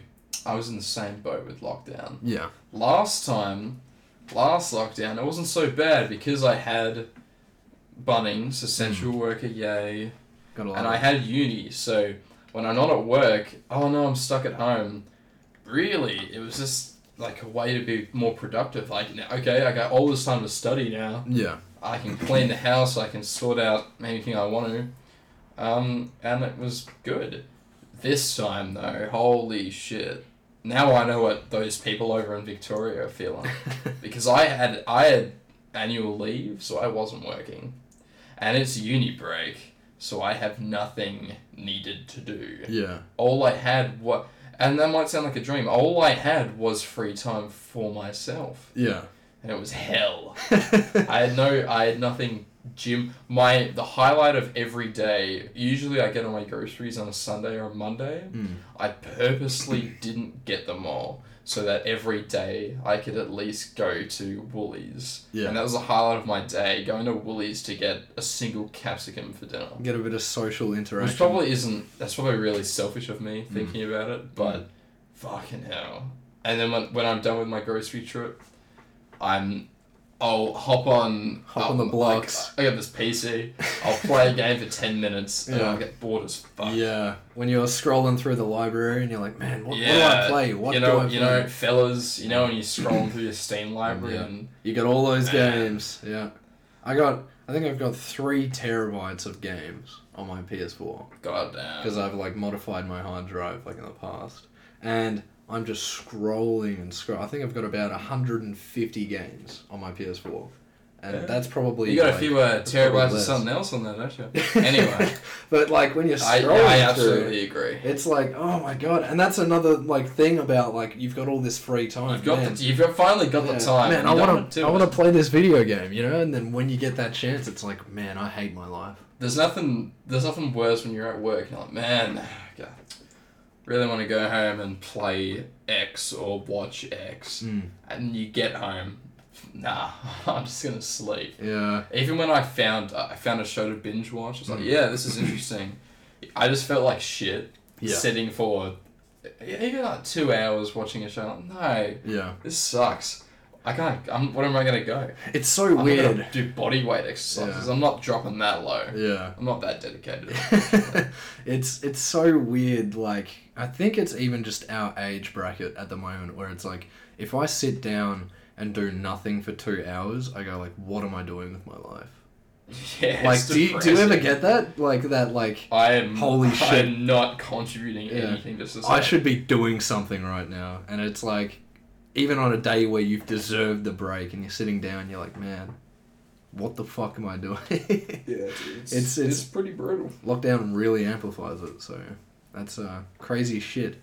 [SPEAKER 1] I was in the same boat with lockdown.
[SPEAKER 2] Yeah.
[SPEAKER 1] last time, last lockdown, it wasn't so bad because I had Bunnings, essential worker, yay,
[SPEAKER 2] Got a lot.
[SPEAKER 1] and
[SPEAKER 2] of-
[SPEAKER 1] I had uni. So when I'm not at work, oh no, I'm stuck at home. Really, it was just like a way to be more productive. Like, now- okay, I got all this time to study now.
[SPEAKER 2] yeah.
[SPEAKER 1] I can clean the house. I can sort out anything I want to. Um, and it was good. This time though, holy shit! Now I know what those people over in Victoria are feeling because I had I had annual leave, so I wasn't working, and it's uni break, so I have nothing needed to do.
[SPEAKER 2] yeah.
[SPEAKER 1] All I had what, and that might sound like a dream. All I had was free time for myself,
[SPEAKER 2] Yeah.
[SPEAKER 1] and it was hell. I had no, I had nothing. Gym. My the highlight of every day. Usually, I get all my groceries on a Sunday or a Monday.
[SPEAKER 2] Mm.
[SPEAKER 1] I purposely didn't get them all so that every day I could at least go to Woolies.
[SPEAKER 2] Yeah.
[SPEAKER 1] And that was the highlight of my day, going to Woolies to get a single capsicum for dinner.
[SPEAKER 2] Get a bit of social interaction.
[SPEAKER 1] Which probably isn't, that's probably really selfish of me
[SPEAKER 2] Mm.
[SPEAKER 1] thinking about it, but fucking hell. And then when, when I'm done with my grocery trip, I'm, I'll hop on,
[SPEAKER 2] Hop
[SPEAKER 1] I'll-
[SPEAKER 2] on the
[SPEAKER 1] like,
[SPEAKER 2] blocks.
[SPEAKER 1] I get this PC, I'll play a game for 10 minutes, and
[SPEAKER 2] Yeah.
[SPEAKER 1] I'll get bored as fuck.
[SPEAKER 2] Yeah. When you're scrolling through the library and you're like, man, what, what do I play? What
[SPEAKER 1] you know,
[SPEAKER 2] do I play?
[SPEAKER 1] you know, fellas, you know, when you scroll through your Steam library
[SPEAKER 2] Yeah.
[SPEAKER 1] and
[SPEAKER 2] You got all those
[SPEAKER 1] Man.
[SPEAKER 2] games. Yeah. I got. I think I've got three terabytes of games on my PS4
[SPEAKER 1] goddamn,
[SPEAKER 2] because I've like modified my hard drive like in the past, and I'm just scrolling and scroll. I think I've got about 150 games on my PS4, and
[SPEAKER 1] Yeah.
[SPEAKER 2] that's probably
[SPEAKER 1] you got a
[SPEAKER 2] like-
[SPEAKER 1] few uh,
[SPEAKER 2] that's probably
[SPEAKER 1] terabytes of
[SPEAKER 2] less.
[SPEAKER 1] something else on there, don't you? Anyway,
[SPEAKER 2] but like when you're
[SPEAKER 1] I,
[SPEAKER 2] scrolling
[SPEAKER 1] I
[SPEAKER 2] through.
[SPEAKER 1] absolutely agree.
[SPEAKER 2] It's like, oh my god, and that's another like thing about like you've got all this free time.
[SPEAKER 1] You've got
[SPEAKER 2] man.
[SPEAKER 1] the, you've got- finally got the
[SPEAKER 2] Yeah.
[SPEAKER 1] time.
[SPEAKER 2] Man,
[SPEAKER 1] You
[SPEAKER 2] I
[SPEAKER 1] don't
[SPEAKER 2] want to.
[SPEAKER 1] do
[SPEAKER 2] I want to
[SPEAKER 1] it.
[SPEAKER 2] play this video game, you know. And then when you get that chance, it's like, man, I hate my life.
[SPEAKER 1] There's nothing. There's nothing worse when you're at work and you're like, man, God, really want to go home and play X or watch
[SPEAKER 2] Mm.
[SPEAKER 1] X, and you get home, nah, I'm just gonna sleep.
[SPEAKER 2] Yeah,
[SPEAKER 1] Even when I found I found a show to binge watch, it's like,
[SPEAKER 2] Mm.
[SPEAKER 1] yeah, this is interesting. I just felt like shit
[SPEAKER 2] Yeah.
[SPEAKER 1] sitting for even like two hours watching a show. Like, no,
[SPEAKER 2] yeah.
[SPEAKER 1] this sucks. I can't. I'm. Where am I gonna go?
[SPEAKER 2] It's so
[SPEAKER 1] I'm not
[SPEAKER 2] weird.
[SPEAKER 1] gonna do body weight exercises. I'm not dropping that low.
[SPEAKER 2] Yeah.
[SPEAKER 1] I'm not that dedicated.
[SPEAKER 2] it's it's so weird. Like I think it's even just our age bracket at the moment where it's like, if I sit down and do nothing for two hours, I go like, what am I doing with my life?
[SPEAKER 1] yeah. it's
[SPEAKER 2] like, do you, do you ever
[SPEAKER 1] depressing.
[SPEAKER 2] get that? Like that? Like
[SPEAKER 1] I am.
[SPEAKER 2] Holy
[SPEAKER 1] I
[SPEAKER 2] shit.
[SPEAKER 1] am not contributing
[SPEAKER 2] Yeah.
[SPEAKER 1] anything to society.
[SPEAKER 2] I should be doing something right now. And it's like, even on a day where you've deserved the break and you're sitting down, you're like, man, what the fuck am I doing?
[SPEAKER 1] Yeah, dude. It's,
[SPEAKER 2] It's-
[SPEAKER 1] it's,
[SPEAKER 2] it's-
[SPEAKER 1] pretty brutal.
[SPEAKER 2] Lockdown really amplifies it, so that's uh, crazy shit.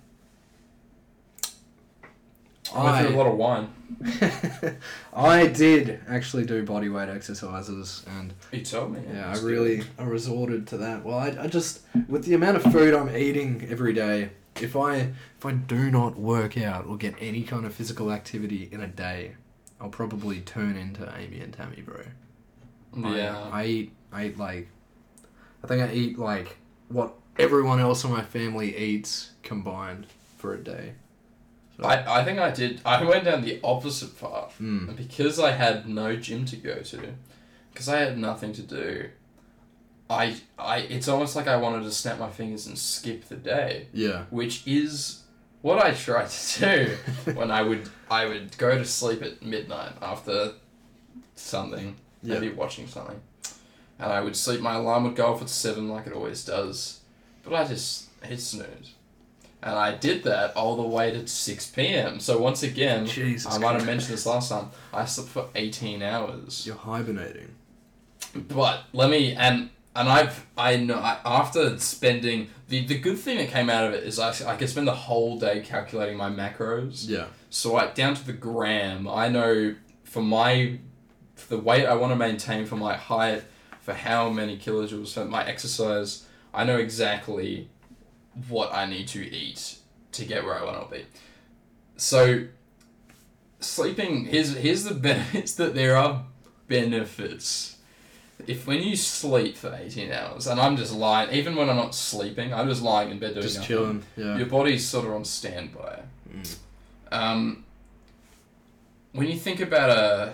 [SPEAKER 1] I went through a lot of wine.
[SPEAKER 2] I did actually do body weight exercises and
[SPEAKER 1] You told me.
[SPEAKER 2] yeah, I
[SPEAKER 1] It's
[SPEAKER 2] really Oh, I resorted to that. Well, I, I just with the amount of food I'm eating every day, if I if I do not work out or get any kind of physical activity in a day, I'll probably turn into Amy and Tammy, bro.
[SPEAKER 1] good. Yeah.
[SPEAKER 2] I, I eat I eat like I think I eat like what everyone else in my family eats combined for a day.
[SPEAKER 1] I, I think I did. I went down the opposite path.
[SPEAKER 2] Mm.
[SPEAKER 1] Because I had no gym to go to, because I had nothing to do, I, I, it's almost like I wanted to snap my fingers and skip the day,
[SPEAKER 2] Yeah.
[SPEAKER 1] which is what I tried to do when I would, I would go to sleep at midnight after something,
[SPEAKER 2] Yeah.
[SPEAKER 1] maybe watching something, and I would sleep. My alarm would go off at seven, like it always does, but I just hit snooze. And I did that all the way to 6 p.m. So once again,
[SPEAKER 2] Jesus.
[SPEAKER 1] I might have
[SPEAKER 2] Christ.
[SPEAKER 1] mentioned this last time. I slept for 18 hours.
[SPEAKER 2] You're hibernating.
[SPEAKER 1] But let me and and I've I know I, after spending the the good thing that came out of it is I I could spend the whole day calculating my macros.
[SPEAKER 2] Yeah.
[SPEAKER 1] So I down to the gram. I know for my for the weight I want to maintain for my height, for how many kilojoules for my exercise. I know exactly what I need to eat to get where I want to be. So sleeping here's here's the benefits that there are benefits. If when you sleep for eighteen hours, and I'm just lying, even when I'm not sleeping, I'm just lying in bed doing
[SPEAKER 2] Just
[SPEAKER 1] nothing
[SPEAKER 2] chilling. Yeah.
[SPEAKER 1] your body's sort of on standby.
[SPEAKER 2] Mm.
[SPEAKER 1] Um, when you think about a,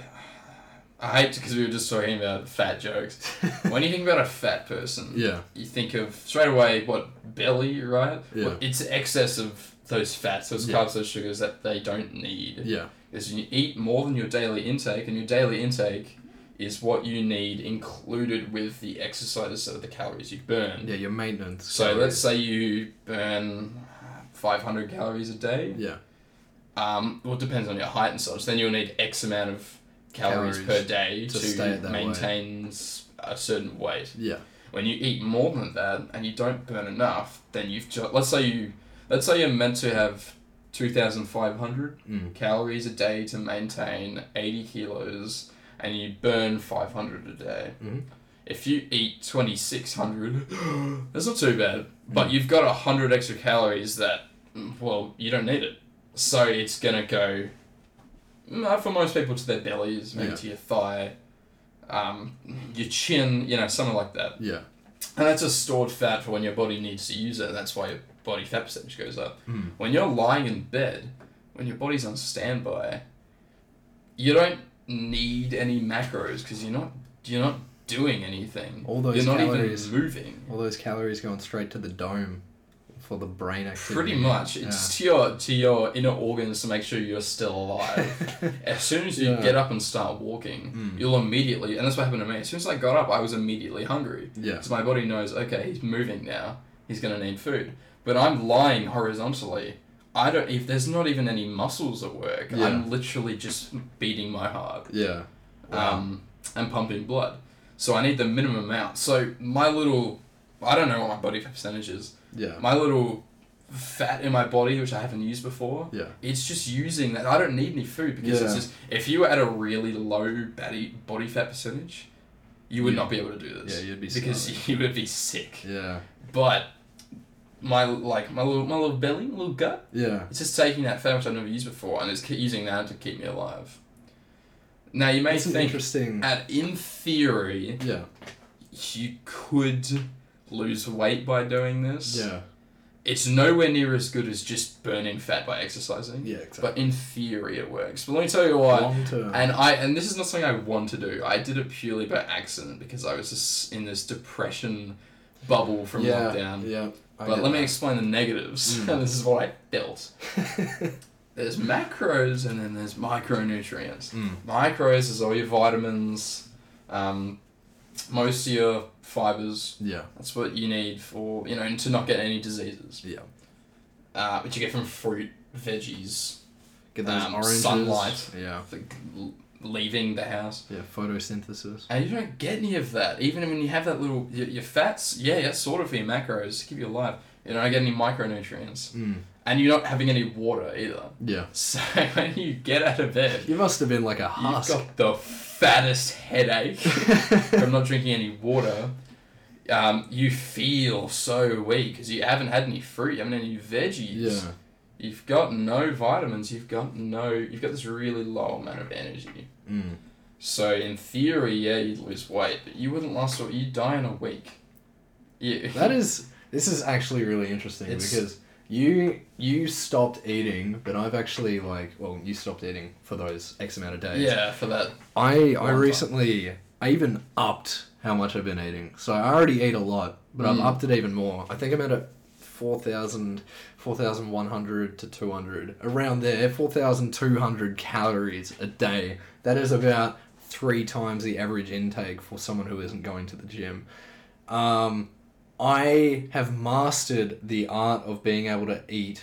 [SPEAKER 1] I hate because we were just talking about fat jokes. when you think about a fat person,
[SPEAKER 2] yeah.
[SPEAKER 1] you think of straight away what belly, right?
[SPEAKER 2] Yeah.
[SPEAKER 1] Well, it's excess of those fats, those
[SPEAKER 2] Yeah.
[SPEAKER 1] carbs, those sugars that they don't need
[SPEAKER 2] Yeah.
[SPEAKER 1] is you eat more than your daily intake, and your daily intake is what you need included with the exercises, so the calories you burn.
[SPEAKER 2] Yeah. Your maintenance.
[SPEAKER 1] So
[SPEAKER 2] calories.
[SPEAKER 1] let's say you burn 500 calories a day.
[SPEAKER 2] Yeah.
[SPEAKER 1] Um, well, it depends on your height and such. Then you'll need X amount of calories,
[SPEAKER 2] Calories
[SPEAKER 1] per day
[SPEAKER 2] to
[SPEAKER 1] to,
[SPEAKER 2] stay at that
[SPEAKER 1] maintain s a certain weight.
[SPEAKER 2] Yeah.
[SPEAKER 1] When you eat more than that and you don't burn enough, then you've just let's say you let's say you're meant to have 2,500
[SPEAKER 2] Mm.
[SPEAKER 1] calories a day to maintain 80 kilos, and you burn 500 a day.
[SPEAKER 2] Mhm.
[SPEAKER 1] If you eat 2,600, that's not too bad, but you've got 100 extra calories that, mm, well, you don't need it. So it's going to go, mm, for most people, to their bellies, maybe
[SPEAKER 2] Yeah.
[SPEAKER 1] to your thigh, um, your chin, you know, something like that.
[SPEAKER 2] Yeah.
[SPEAKER 1] And that's a stored fat for when your body needs to use it. and That's why your body fat percentage goes up.
[SPEAKER 2] Mm.
[SPEAKER 1] When you're lying in bed, when your body's on standby, you don't need any macros because you're not you're not doing anything.
[SPEAKER 2] All those
[SPEAKER 1] you're not
[SPEAKER 2] calories.
[SPEAKER 1] even moving.
[SPEAKER 2] All those calories going straight to the dome for the brain activity.
[SPEAKER 1] Pretty much, it's to your to your inner organs to make sure you're still alive. As soon as you
[SPEAKER 2] Yeah.
[SPEAKER 1] get up and start walking,
[SPEAKER 2] Mm.
[SPEAKER 1] you'll immediately, and that's what happened to me. As soon as I got up, I was immediately hungry.
[SPEAKER 2] yeah.
[SPEAKER 1] So my body knows, okay, he's moving now. He's going to need food. But I'm lying horizontally. I don't. If there's not even any muscles at work,
[SPEAKER 2] Yeah.
[SPEAKER 1] I'm literally just beating my heart
[SPEAKER 2] Yeah. Wow.
[SPEAKER 1] um, and pumping blood. So I need the minimum amount. So my little, I don't know what my body fat percentage is.
[SPEAKER 2] yeah.
[SPEAKER 1] My little fat in my body, which I haven't used before,
[SPEAKER 2] Yeah.
[SPEAKER 1] it's just using that. I don't need any food because it's
[SPEAKER 2] Yeah.
[SPEAKER 1] just if you were at a really low body body fat percentage, you would
[SPEAKER 2] Yeah.
[SPEAKER 1] not be able to do this.
[SPEAKER 2] Yeah, you'd be starving.
[SPEAKER 1] because you would be sick.
[SPEAKER 2] Yeah.
[SPEAKER 1] But my like my little my little belly, my little gut,
[SPEAKER 2] Yeah.
[SPEAKER 1] it's just taking that fat which I've never used before, and it's keep using that to keep me alive. Now you may
[SPEAKER 2] It's an
[SPEAKER 1] think
[SPEAKER 2] interesting.
[SPEAKER 1] that in theory
[SPEAKER 2] Yeah.
[SPEAKER 1] you could lose weight by doing this.
[SPEAKER 2] Yeah.
[SPEAKER 1] It's nowhere near as good as just burning fat by exercising.
[SPEAKER 2] Yeah. Exactly.
[SPEAKER 1] But in theory, it works. But let me tell you why.
[SPEAKER 2] Long term.
[SPEAKER 1] And I and this is not something I want to do. I did it purely by accident because I was just in this depression bubble from
[SPEAKER 2] yeah.
[SPEAKER 1] lockdown.
[SPEAKER 2] Yeah. I
[SPEAKER 1] But
[SPEAKER 2] get
[SPEAKER 1] let me explain the negatives.
[SPEAKER 2] Mm.
[SPEAKER 1] and this is what I felt.
[SPEAKER 2] that.
[SPEAKER 1] There's macros and then there's micronutrients.
[SPEAKER 2] Mm.
[SPEAKER 1] Micros is all your vitamins, um, most of your fibers.
[SPEAKER 2] Yeah.
[SPEAKER 1] That's what you need for you know to not get any diseases.
[SPEAKER 2] Yeah.
[SPEAKER 1] Uh, which you get from fruit, veggies,
[SPEAKER 2] Get those
[SPEAKER 1] Um,
[SPEAKER 2] oranges.
[SPEAKER 1] sunlight.
[SPEAKER 2] Yeah.
[SPEAKER 1] the g- l- leaving the house.
[SPEAKER 2] Yeah, photosynthesis.
[SPEAKER 1] And you don't get any of that. Even when you have that little your, your fats, yeah, that's sort of for your macros to keep you alive. You don't get any micronutrients,
[SPEAKER 2] Mm.
[SPEAKER 1] and you're not having any water either.
[SPEAKER 2] Yeah.
[SPEAKER 1] So when you get out of bed,
[SPEAKER 2] You must have been like a
[SPEAKER 1] you've
[SPEAKER 2] husk.
[SPEAKER 1] got the fattest headache from not drinking any water. Um, you feel so weak because you haven't had any fruit, you haven't had any veggies.
[SPEAKER 2] yeah.
[SPEAKER 1] You've got no vitamins. You've got no. You've got this really low amount of energy.
[SPEAKER 2] Mm.
[SPEAKER 1] So in theory, yeah, you'd lose weight, but you wouldn't last. or You'd die in a week. Yeah.
[SPEAKER 2] That is. This is actually really interesting
[SPEAKER 1] It's-
[SPEAKER 2] because you you stopped eating, but I've actually like well you stopped eating for those x amount of days.
[SPEAKER 1] Yeah, for that.
[SPEAKER 2] I I
[SPEAKER 1] time.
[SPEAKER 2] recently I even upped how much I've been eating. So I already eat a lot, but I've
[SPEAKER 1] Mm.
[SPEAKER 2] upped it even more. I think I'm at a 4,000 4,100 to 200 around there, 4,200 calories a day. That is about 3 times the average intake for someone who isn't going to the gym. Um I have mastered the art of being able to eat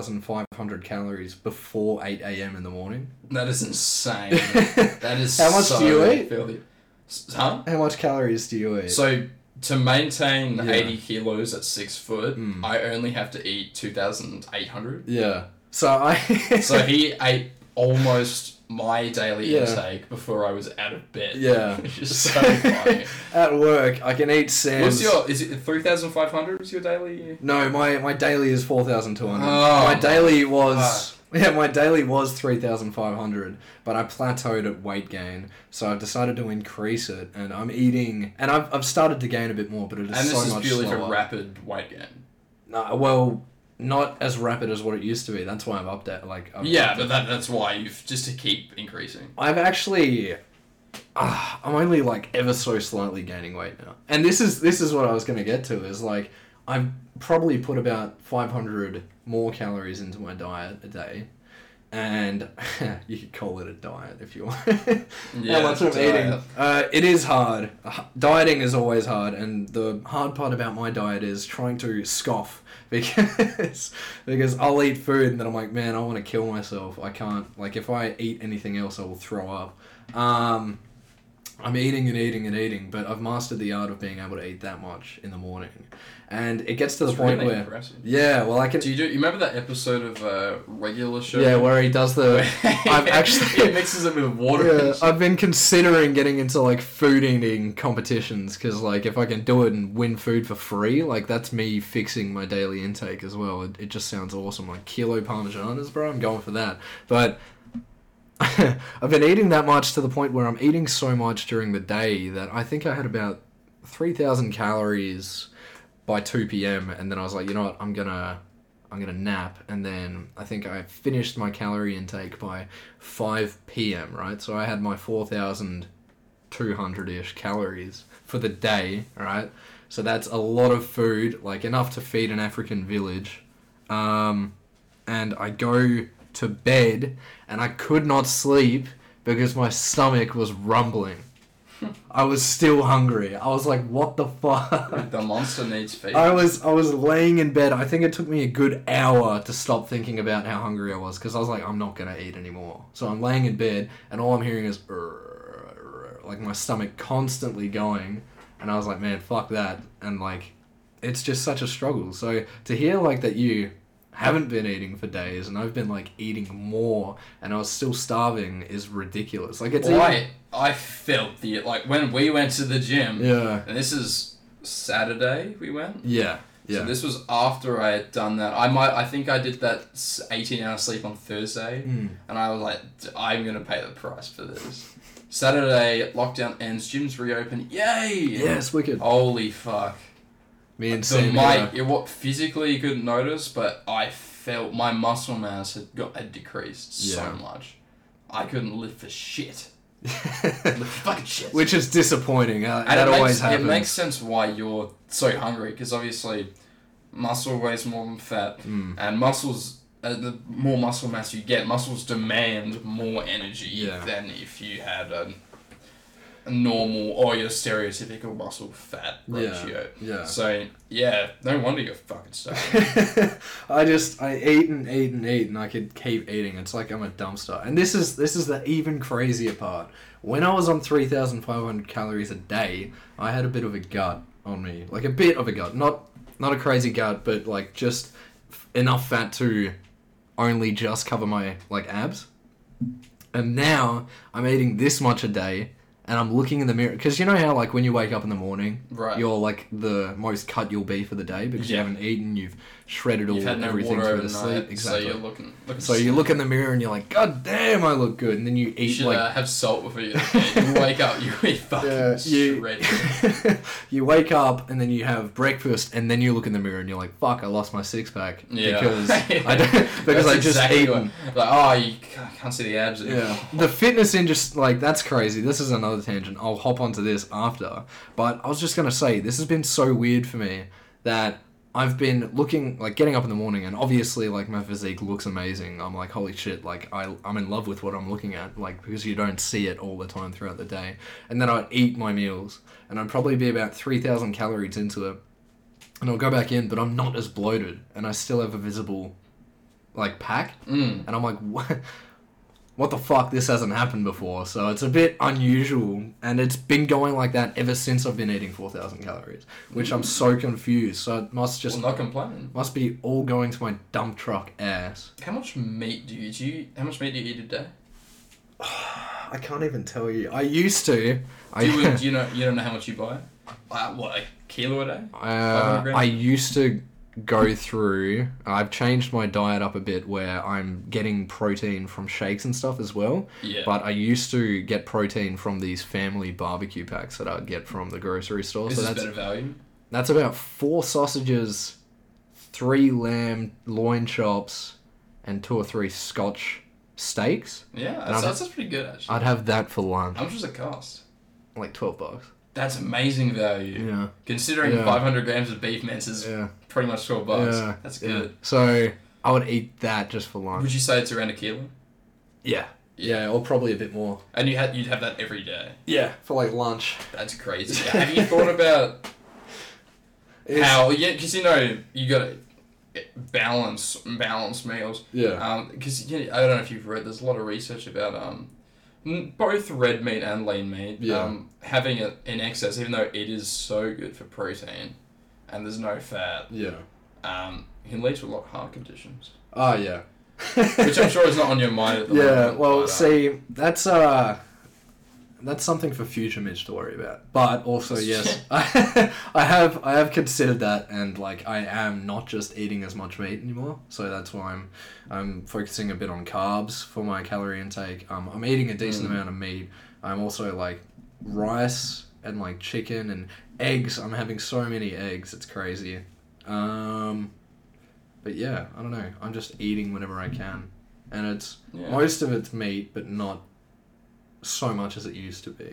[SPEAKER 2] 2,500 calories before 8 a.m. in the morning.
[SPEAKER 1] That is insane. that is.
[SPEAKER 2] How much
[SPEAKER 1] so
[SPEAKER 2] do you eat?
[SPEAKER 1] filthy. S- Huh?
[SPEAKER 2] How much calories do you eat?
[SPEAKER 1] So to maintain
[SPEAKER 2] Yeah.
[SPEAKER 1] eighty kilos at six foot,
[SPEAKER 2] Mm.
[SPEAKER 1] I only have to eat two thousand eight hundred.
[SPEAKER 2] yeah. So I.
[SPEAKER 1] So he ate almost my daily
[SPEAKER 2] Yeah.
[SPEAKER 1] intake before I was out of bed.
[SPEAKER 2] Yeah.
[SPEAKER 1] Which is so funny.
[SPEAKER 2] At work, I can eat Sam's.
[SPEAKER 1] What's your? Is it three thousand five hundred? Is your daily?
[SPEAKER 2] No, my, my daily is four thousand two hundred.
[SPEAKER 1] Oh,
[SPEAKER 2] my daily was yeah, my daily was three thousand five hundred, but I plateaued at weight gain, so I've decided to increase it, and I'm eating, and I've, I've started to gain a bit more, but it is
[SPEAKER 1] And
[SPEAKER 2] so
[SPEAKER 1] this is
[SPEAKER 2] much
[SPEAKER 1] purely
[SPEAKER 2] slower.
[SPEAKER 1] for rapid weight gain.
[SPEAKER 2] No, well, not as rapid as what it used to be. That's why I've updated. Like I've
[SPEAKER 1] Yeah, but that, that's why you've just to keep increasing.
[SPEAKER 2] I've actually, Ah, I'm only like ever so slightly gaining weight now, and this is this is what I was gonna get to is like I've probably put about 500 more calories into my diet a day, and you could call it a diet if you want.
[SPEAKER 1] Yeah,
[SPEAKER 2] How much I'm
[SPEAKER 1] it's a
[SPEAKER 2] eating?
[SPEAKER 1] diet.
[SPEAKER 2] Uh, it is hard. Uh, Dieting is always hard, and the hard part about my diet is trying to scoff because because I'll eat food and then I'm like, man, I want to kill myself. I can't. Like, if I eat anything else, I will throw up. Um, I'm eating and eating and eating, but I've mastered the art of being able to eat that much in the morning, and it gets to the
[SPEAKER 1] It's
[SPEAKER 2] point
[SPEAKER 1] really
[SPEAKER 2] where
[SPEAKER 1] impressive.
[SPEAKER 2] yeah, well, I can.
[SPEAKER 1] Do you do? You remember that episode of uh, regular show?
[SPEAKER 2] Yeah, where he does the. I've actually-
[SPEAKER 1] it mixes it with water.
[SPEAKER 2] Yeah,
[SPEAKER 1] and shit.
[SPEAKER 2] I've been considering getting into like food eating competitions because like if I can do it and win food for free, like that's me fixing my daily intake as well. It, it just sounds awesome. Like kilo parmesanas, bro. I'm going for that. But I've been eating that much to the point where I'm eating so much during the day that I think I had about three thousand calories by two p.m. and then I was like, you know what, I'm gonna. I'm gonna nap, and then I think I finished my calorie intake by 5 p.m., right? So I had my 4,200 ish calories for the day, right? So that's a lot of food, like enough to feed an African village. Um, and I go to bed and I could not sleep because my stomach was rumbling. I was still hungry. I was like, what the fuck?
[SPEAKER 1] the monster needs feed.
[SPEAKER 2] I was I was laying in bed. I think it took me a good hour to stop thinking about how hungry I was because I was like, I'm not gonna eat anymore. So I'm laying in bed, and all I'm hearing is "Urgh," like my stomach constantly going, and I was like, man, fuck that, and like, it's just such a struggle. So to hear like that you haven't been eating for days, and I've been like eating more, and I was still starving is ridiculous. Like it's
[SPEAKER 1] Why? I felt the like when we went to the gym,
[SPEAKER 2] even- yeah,
[SPEAKER 1] and this is Saturday we went.
[SPEAKER 2] yeah,
[SPEAKER 1] So
[SPEAKER 2] yeah.
[SPEAKER 1] this was after I had done that. I might. I think I did that s- eighteen hour sleep on Thursday.
[SPEAKER 2] Mm.
[SPEAKER 1] And I was like, "D- I'm going to pay the price for this. Saturday, lockdown ends, gyms reopen. Yay!
[SPEAKER 2] Yeah, it's wicked.
[SPEAKER 1] Holy fuck.
[SPEAKER 2] Me and
[SPEAKER 1] So
[SPEAKER 2] Sam.
[SPEAKER 1] my, it, what physically you couldn't notice, but I felt my muscle mass had got had decreased
[SPEAKER 2] Yeah.
[SPEAKER 1] so much. I couldn't lift for shit.
[SPEAKER 2] yeah.
[SPEAKER 1] Lift for fucking shit.
[SPEAKER 2] Which is disappointing. Uh,
[SPEAKER 1] and
[SPEAKER 2] that
[SPEAKER 1] it makes,
[SPEAKER 2] always happens.
[SPEAKER 1] It makes sense why you're so hungry, because obviously muscle weighs more than fat,
[SPEAKER 2] Mm.
[SPEAKER 1] and muscles uh, the more muscle mass you get muscles demand more energy
[SPEAKER 2] Yeah.
[SPEAKER 1] than if you had a normal or your stereotypical muscle fat ratio.
[SPEAKER 2] Yeah.
[SPEAKER 1] So yeah, no wonder you're fucking stuck.
[SPEAKER 2] I just I ate and ate and ate and I could keep eating. It's like I'm a dumpster. And this is this is the even crazier part. When I was on three thousand five hundred calories a day, I had a bit of a gut on me, like a bit of a gut, not not a crazy gut, but like just f- enough fat to only just cover my like abs. And now I'm eating this much a day, and I'm looking in the mirror because you know how like when you wake up in the morning,
[SPEAKER 1] Right.
[SPEAKER 2] You're like the most cut you'll be for the day because
[SPEAKER 1] Yeah.
[SPEAKER 2] you haven't eaten, you've shredded all
[SPEAKER 1] You've had no
[SPEAKER 2] everything
[SPEAKER 1] water
[SPEAKER 2] through the
[SPEAKER 1] overnight,
[SPEAKER 2] sleep.
[SPEAKER 1] so
[SPEAKER 2] Exactly.
[SPEAKER 1] you're looking. looking
[SPEAKER 2] So you look in the mirror and you're like, God damn, I look good. And then you
[SPEAKER 1] You
[SPEAKER 2] eat
[SPEAKER 1] should
[SPEAKER 2] like
[SPEAKER 1] uh, have salt before you. you wake up, you eat fucking
[SPEAKER 2] Yeah, you-
[SPEAKER 1] shredded.
[SPEAKER 2] you wake up and then you have breakfast and then you look in the mirror and you're like, fuck, I lost my six pack
[SPEAKER 1] Yeah.
[SPEAKER 2] because I don't, because
[SPEAKER 1] That's
[SPEAKER 2] I just
[SPEAKER 1] exactly
[SPEAKER 2] eaten.
[SPEAKER 1] what- Like oh, you ca- can't see the abs.
[SPEAKER 2] Yeah, the fitness industry, like that's crazy. This is another tangent. I'll hop onto this after. But I was just gonna say, this has been so weird for me that I've been looking, like getting up in the morning, and obviously, like my physique looks amazing. I'm like, holy shit, like I, I'm in love with what I'm looking at, like because you don't see it all the time throughout the day. And then I'd eat my meals, and I'd probably be about three thousand calories into it, and I'll go back in, but I'm not as bloated, and I still have a visible, like pack.
[SPEAKER 1] Mm.
[SPEAKER 2] And I'm like, what? What the fuck? This hasn't happened before, so it's a bit unusual, and it's been going like that ever since I've been eating four thousand calories, which I'm so confused. So it must just
[SPEAKER 1] Well, not complaining.
[SPEAKER 2] must be all going to my dump truck ass.
[SPEAKER 1] How much meat do you, do you How much meat do you eat a day?
[SPEAKER 2] I can't even tell you. I used to. I
[SPEAKER 1] Do you, do you know? You don't know how much you buy. Uh, what a kilo a day. 500
[SPEAKER 2] Uh,
[SPEAKER 1] grams?
[SPEAKER 2] I used to go through. I've changed my diet up a bit where I'm getting protein from shakes and stuff as well.
[SPEAKER 1] Yeah.
[SPEAKER 2] But I used to get protein from these family barbecue packs that I'd get from the grocery store.
[SPEAKER 1] This
[SPEAKER 2] so
[SPEAKER 1] is
[SPEAKER 2] that's
[SPEAKER 1] better value.
[SPEAKER 2] that's about four sausages, three lamb loin chops, and two or three Scotch steaks.
[SPEAKER 1] Yeah,
[SPEAKER 2] I'm-
[SPEAKER 1] that's, that's, that's pretty good actually.
[SPEAKER 2] I'd have that for lunch,
[SPEAKER 1] How much does it cost?
[SPEAKER 2] like twelve bucks.
[SPEAKER 1] That's amazing value.
[SPEAKER 2] Yeah,
[SPEAKER 1] Considering
[SPEAKER 2] Yeah.
[SPEAKER 1] 500 grams of beef mince is
[SPEAKER 2] yeah,
[SPEAKER 1] pretty much 12 bucks.
[SPEAKER 2] yeah.
[SPEAKER 1] That's
[SPEAKER 2] yeah.
[SPEAKER 1] good.
[SPEAKER 2] So I would eat that just for lunch.
[SPEAKER 1] Would you say it's around a kilo?
[SPEAKER 2] Yeah. Yeah, or probably a bit more.
[SPEAKER 1] And you had you'd have that every day.
[SPEAKER 2] Yeah. For like lunch.
[SPEAKER 1] That's crazy. have you thought about how? Yeah, because you know you got to balance balance meals.
[SPEAKER 2] Yeah.
[SPEAKER 1] Because you know, I don't know if you've read. There's a lot of research about um, n- both red meat and lean meat.
[SPEAKER 2] Yeah.
[SPEAKER 1] Um, having it in excess, even though it is so good for protein, and there's no fat,
[SPEAKER 2] Yeah.
[SPEAKER 1] um, can lead to a lot of heart conditions.
[SPEAKER 2] Oh, yeah.
[SPEAKER 1] Which I'm sure is not on your mind at the moment.
[SPEAKER 2] Yeah, well,
[SPEAKER 1] but, uh,
[SPEAKER 2] see, that's uh that's something for future Mitch to worry about. But also, yes, I, I have I have considered that, and like I am not just eating as much meat anymore, so that's why I'm I'm focusing a bit on carbs for my calorie intake. Um, I'm eating a decent amount of meat. I'm also like rice and like chicken and eggs. I'm having so many eggs, it's crazy. Um, but yeah, I don't know. I'm just eating whenever I can, and it's
[SPEAKER 1] yeah.
[SPEAKER 2] most of it's meat, but not so much as it used to be. You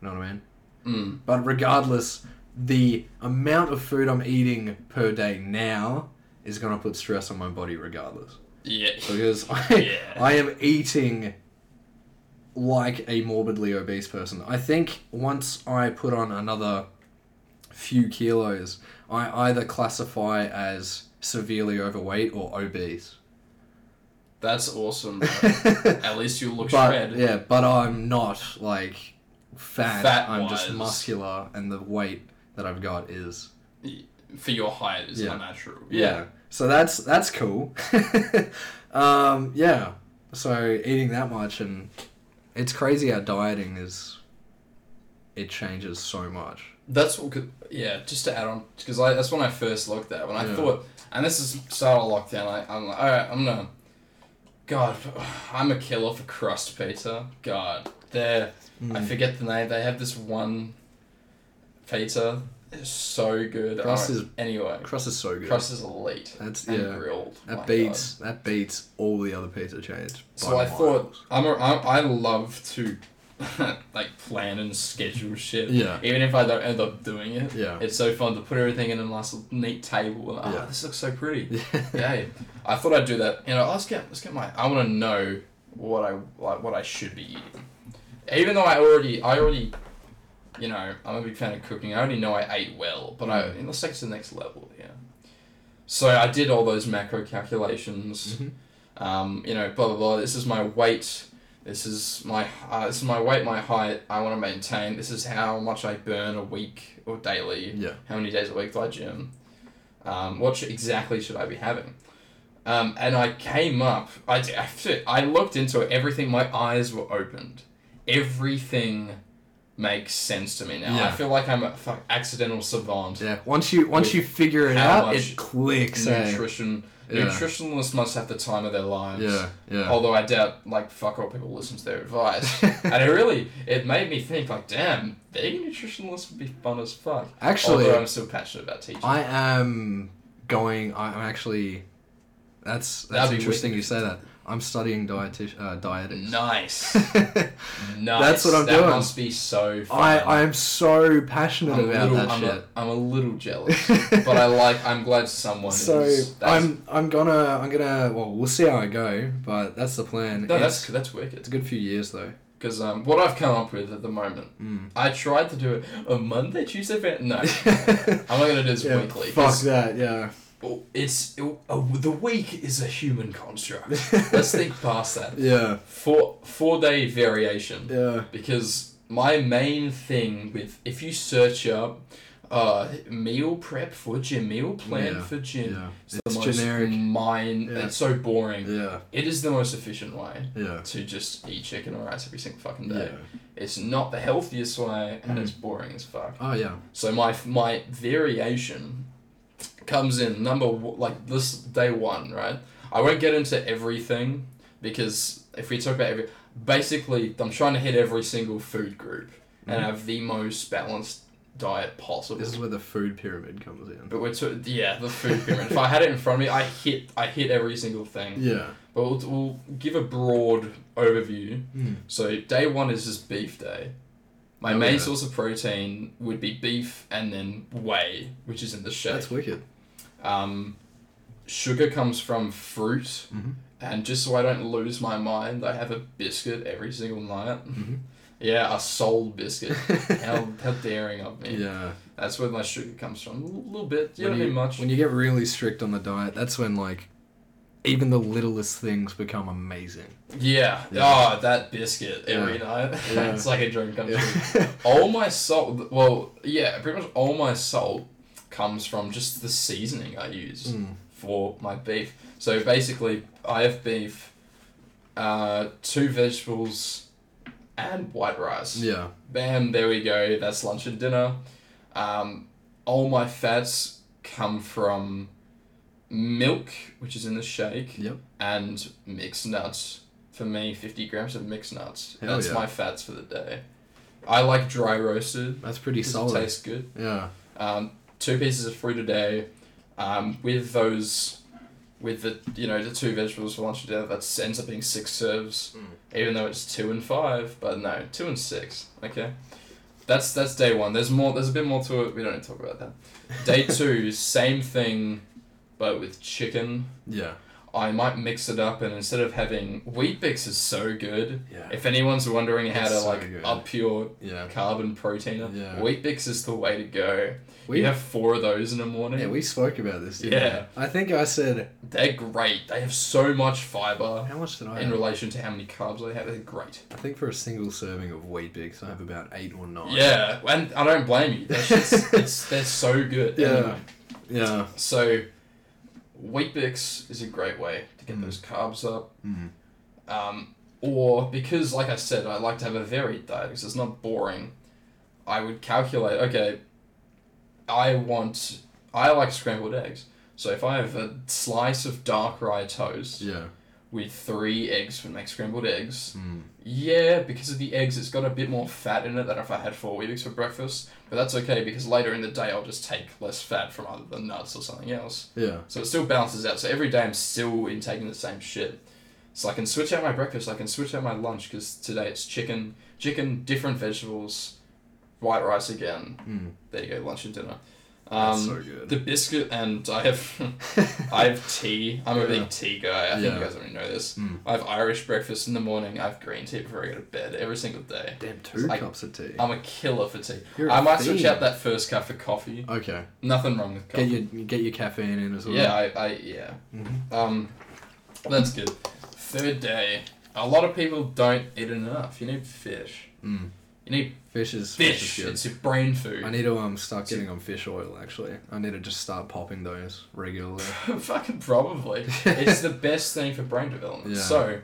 [SPEAKER 2] know what I mean?
[SPEAKER 1] Mm.
[SPEAKER 2] But regardless, the amount of food I'm eating per day now is going to put stress on my body regardless.
[SPEAKER 1] Yeah.
[SPEAKER 2] Because I,
[SPEAKER 1] Yeah.
[SPEAKER 2] I am eating like a morbidly obese person. I think once I put on another few kilos, I either classify as severely overweight or obese.
[SPEAKER 1] That's awesome. Bro. At least you look
[SPEAKER 2] but
[SPEAKER 1] shred.
[SPEAKER 2] yeah, but I'm not like fat.
[SPEAKER 1] Fat
[SPEAKER 2] I'm just
[SPEAKER 1] wise.
[SPEAKER 2] muscular, and the weight that I've got is
[SPEAKER 1] For your height is
[SPEAKER 2] Yeah.
[SPEAKER 1] unnatural.
[SPEAKER 2] So that's that's cool. um, yeah. So eating that much and it's crazy how dieting is. It changes so much.
[SPEAKER 1] That's what. could- Yeah, just to add on, because that's when I first looked at when I
[SPEAKER 2] Yeah.
[SPEAKER 1] thought, and this is start of lockdown. I, I'm like, all right, I'm gonna. God, I'm a killer for crust pizza. God, they're I
[SPEAKER 2] Mm.
[SPEAKER 1] forget the name. They have this one pizza. It's so good.
[SPEAKER 2] Crust
[SPEAKER 1] Alright,
[SPEAKER 2] is-
[SPEAKER 1] anyway.
[SPEAKER 2] Crust is so good.
[SPEAKER 1] Crust is elite.
[SPEAKER 2] that's
[SPEAKER 1] And
[SPEAKER 2] yeah.
[SPEAKER 1] grilled.
[SPEAKER 2] That
[SPEAKER 1] my God.
[SPEAKER 2] beats that beats all the other pizza chains.
[SPEAKER 1] So
[SPEAKER 2] by
[SPEAKER 1] I thought
[SPEAKER 2] miles.
[SPEAKER 1] I'm a, I, I love to like plan and schedule shit.
[SPEAKER 2] Yeah.
[SPEAKER 1] Even if I don't end up doing it.
[SPEAKER 2] Yeah.
[SPEAKER 1] It's so fun to put everything in a nice little neat table. And, oh,
[SPEAKER 2] Yeah.
[SPEAKER 1] this looks so pretty. Yay. I thought I'd do that. You know, let's get let's get my I want to know what I like what I should be eating. Even though I already I already you know, I'm a big fan of cooking. I already know I ate well, but I let's take it to the next level. Yeah. So I did all those macro calculations.
[SPEAKER 2] Mhm.
[SPEAKER 1] Um, you know, blah blah blah. This is my weight. This is my uh, this is my weight, my height. I want to maintain. This is how much I burn a week or daily
[SPEAKER 2] Yeah.
[SPEAKER 1] how many days a week do I gym? Um, what should, exactly should I be having? Um, and I came up, I, d- I looked into it, everything, my eyes were opened. Everything makes sense to me now. I
[SPEAKER 2] Yeah.
[SPEAKER 1] feel like I'm a fuck, accidental savant.
[SPEAKER 2] Yeah. Once you once
[SPEAKER 1] With
[SPEAKER 2] you figure it
[SPEAKER 1] how
[SPEAKER 2] out,
[SPEAKER 1] much
[SPEAKER 2] it clicks. eh?
[SPEAKER 1] Nutrition,
[SPEAKER 2] Yeah.
[SPEAKER 1] Nutritionalists must have the time of their lives.
[SPEAKER 2] Yeah. Yeah.
[SPEAKER 1] Although I doubt, like, fuck all people listen to their advice. and it really, it made me think, like, damn, being a nutritionalist would be fun as fuck.
[SPEAKER 2] Actually,
[SPEAKER 1] Although I'm still passionate about teaching.
[SPEAKER 2] I am going. I- I'm actually. That's that's
[SPEAKER 1] That'd be
[SPEAKER 2] interesting.
[SPEAKER 1] wicked.
[SPEAKER 2] You say that. I'm studying dieti- uh, dietetics.
[SPEAKER 1] Nice. nice.
[SPEAKER 2] That's what I'm
[SPEAKER 1] that
[SPEAKER 2] doing.
[SPEAKER 1] must be so fun.
[SPEAKER 2] I I am so passionate
[SPEAKER 1] I'm a
[SPEAKER 2] about
[SPEAKER 1] little,
[SPEAKER 2] that
[SPEAKER 1] I'm
[SPEAKER 2] shit.
[SPEAKER 1] A, I'm a little jealous, but I like. I'm glad someone.
[SPEAKER 2] so
[SPEAKER 1] is. That's,
[SPEAKER 2] I'm I'm gonna I'm gonna well we'll see how I go, but that's the plan.
[SPEAKER 1] No,
[SPEAKER 2] it's,
[SPEAKER 1] that's that's
[SPEAKER 2] it's
[SPEAKER 1] wicked.
[SPEAKER 2] a good few years though.
[SPEAKER 1] Because um, what I've come up with at the moment,
[SPEAKER 2] Mm.
[SPEAKER 1] I tried to do it on Monday, Tuesday, Fri- No, I'm not gonna do this
[SPEAKER 2] Yeah,
[SPEAKER 1] weekly.
[SPEAKER 2] Fuck
[SPEAKER 1] 'cause
[SPEAKER 2] that, yeah.
[SPEAKER 1] It's it, uh, the week is a human construct. Let's think past that.
[SPEAKER 2] Yeah,
[SPEAKER 1] Four four day variation.
[SPEAKER 2] yeah.
[SPEAKER 1] because my main thing with if you search up uh meal prep for gym meal plan
[SPEAKER 2] Yeah,
[SPEAKER 1] for gym
[SPEAKER 2] Yeah.
[SPEAKER 1] it's,
[SPEAKER 2] It's
[SPEAKER 1] the most
[SPEAKER 2] generic.
[SPEAKER 1] mine
[SPEAKER 2] Yeah.
[SPEAKER 1] it's so boring
[SPEAKER 2] Yeah,
[SPEAKER 1] it is the most efficient way
[SPEAKER 2] yeah.
[SPEAKER 1] to just eat chicken or rice every single fucking day
[SPEAKER 2] Yeah.
[SPEAKER 1] it's not the healthiest way and
[SPEAKER 2] Mm.
[SPEAKER 1] it's boring as fuck
[SPEAKER 2] Oh yeah.
[SPEAKER 1] so my my variation comes in number w- like this day one, right? I won't get into everything because if we talk about every, basically I'm trying to hit every single food group and have the most balanced diet possible.
[SPEAKER 2] Mm-hmm. This is where the food pyramid comes in.
[SPEAKER 1] but we're to, yeah the food pyramid. if I had it in front of me, I hit I hit every single thing.
[SPEAKER 2] Yeah.
[SPEAKER 1] But we'll, we'll give a broad overview.
[SPEAKER 2] Mm.
[SPEAKER 1] So day one is just beef day. My
[SPEAKER 2] Oh,
[SPEAKER 1] main
[SPEAKER 2] yeah.
[SPEAKER 1] source of protein would be beef and then whey, which is in the shake.
[SPEAKER 2] That's wicked.
[SPEAKER 1] Um, sugar comes from fruit,
[SPEAKER 2] Mhm.
[SPEAKER 1] and just so I don't lose my mind, I have a biscuit every single night.
[SPEAKER 2] Mhm.
[SPEAKER 1] yeah, a sole biscuit. how, how daring of me.
[SPEAKER 2] Yeah.
[SPEAKER 1] That's where my sugar comes from. A little bit. You
[SPEAKER 2] when
[SPEAKER 1] don't
[SPEAKER 2] you,
[SPEAKER 1] need much.
[SPEAKER 2] When you get really strict on the diet, that's when like even the littlest things become amazing.
[SPEAKER 1] yeah.
[SPEAKER 2] Yeah.
[SPEAKER 1] Oh, that biscuit every night.
[SPEAKER 2] Yeah.
[SPEAKER 1] it's like a dream come true.
[SPEAKER 2] Yeah.
[SPEAKER 1] all my salt well yeah pretty much all my salt comes from just the seasoning i use
[SPEAKER 2] Mm.
[SPEAKER 1] for my beef so basically i have beef uh, two vegetables and white rice
[SPEAKER 2] yeah.
[SPEAKER 1] bam there we go that's lunch and dinner um, all my fats come from milk which is in the shake
[SPEAKER 2] Yep.
[SPEAKER 1] and mixed nuts. For me, 50 grams of mixed nuts.
[SPEAKER 2] Hell
[SPEAKER 1] That's
[SPEAKER 2] yeah.
[SPEAKER 1] my fats for the day. I like dry roasted.
[SPEAKER 2] That's pretty
[SPEAKER 1] because
[SPEAKER 2] solid.
[SPEAKER 1] It tastes good.
[SPEAKER 2] yeah.
[SPEAKER 1] Um, two pieces of fruit a day. Um, with those, with the, you know, the two vegetables for lunch and dinner, that ends up being six serves.
[SPEAKER 2] Hmm.
[SPEAKER 1] Even though it's two and five, but no, two and six. Okay. That's, that's day one. There's more, there's a bit more to it. We don't need to talk about that. Day two, same thing, but with chicken.
[SPEAKER 2] Yeah.
[SPEAKER 1] I might mix it up, and instead of having wheat bix is so good.
[SPEAKER 2] Yeah.
[SPEAKER 1] If anyone's wondering how
[SPEAKER 2] It's
[SPEAKER 1] to
[SPEAKER 2] so
[SPEAKER 1] like
[SPEAKER 2] good.
[SPEAKER 1] up your
[SPEAKER 2] yeah.
[SPEAKER 1] carbon protein, up,
[SPEAKER 2] Yeah.
[SPEAKER 1] wheat bix is the way to go.
[SPEAKER 2] We
[SPEAKER 1] you have four of those in the morning.
[SPEAKER 2] yeah, we spoke about this. Didn't
[SPEAKER 1] Yeah.
[SPEAKER 2] We? I think I said
[SPEAKER 1] They're great. They have so much fiber
[SPEAKER 2] how much did I?
[SPEAKER 1] in
[SPEAKER 2] Have?
[SPEAKER 1] relation to how many carbs they have. They're great.
[SPEAKER 2] I think for a single serving of wheat bix, I have about eight or nine.
[SPEAKER 1] Yeah, and I don't blame you. They're, just, it's, they're so good.
[SPEAKER 2] Yeah.
[SPEAKER 1] Anyway,
[SPEAKER 2] Yeah.
[SPEAKER 1] so wheat bix is a great way to get
[SPEAKER 2] Mm.
[SPEAKER 1] those carbs up.
[SPEAKER 2] Mm.
[SPEAKER 1] Um, or because, like I said, I like to have a varied diet because it's not boring. I would calculate. Okay, I want. I like scrambled eggs. So if I have a slice of dark rye toast
[SPEAKER 2] Yeah.
[SPEAKER 1] with three eggs from like scrambled eggs,
[SPEAKER 2] Mm.
[SPEAKER 1] yeah, because of the eggs, it's got a bit more fat in it than if I had four Weetabix for breakfast. But that's okay because later in the day I'll just take less fat from either the nuts or something else.
[SPEAKER 2] Yeah.
[SPEAKER 1] So it still balances out. So every day I'm still intaking the same shit. So I can switch out my breakfast. I can switch out my lunch because today it's chicken, chicken, different vegetables, white rice again.
[SPEAKER 2] Mm.
[SPEAKER 1] There you go, lunch and dinner. Um,
[SPEAKER 2] That's so good.
[SPEAKER 1] The biscuit and I have I have tea. I'm a big tea guy. I think
[SPEAKER 2] Yeah.
[SPEAKER 1] you guys already know this.
[SPEAKER 2] Mm.
[SPEAKER 1] I have Irish breakfast in the morning. I have green tea before I go to bed every single day.
[SPEAKER 2] Damn, two
[SPEAKER 1] I-
[SPEAKER 2] cups of tea.
[SPEAKER 1] I'm a killer for tea.
[SPEAKER 2] You're a
[SPEAKER 1] I might switch
[SPEAKER 2] fiend.
[SPEAKER 1] out that first cup for coffee.
[SPEAKER 2] Okay,
[SPEAKER 1] Nothing wrong with
[SPEAKER 2] get
[SPEAKER 1] coffee.
[SPEAKER 2] your get your caffeine in as well.
[SPEAKER 1] yeah, I, I yeah.
[SPEAKER 2] Mhm.
[SPEAKER 1] Um, that's good. Third day. A lot of people don't eat enough. You need fish.
[SPEAKER 2] Mm.
[SPEAKER 1] You need
[SPEAKER 2] Fish is
[SPEAKER 1] fish.
[SPEAKER 2] Fish is
[SPEAKER 1] It's your brain food.
[SPEAKER 2] good. I need to um start getting on fish oil actually. I need to just start popping those regularly.
[SPEAKER 1] Fucking probably. it's the best thing for brain development.
[SPEAKER 2] Yeah.
[SPEAKER 1] So,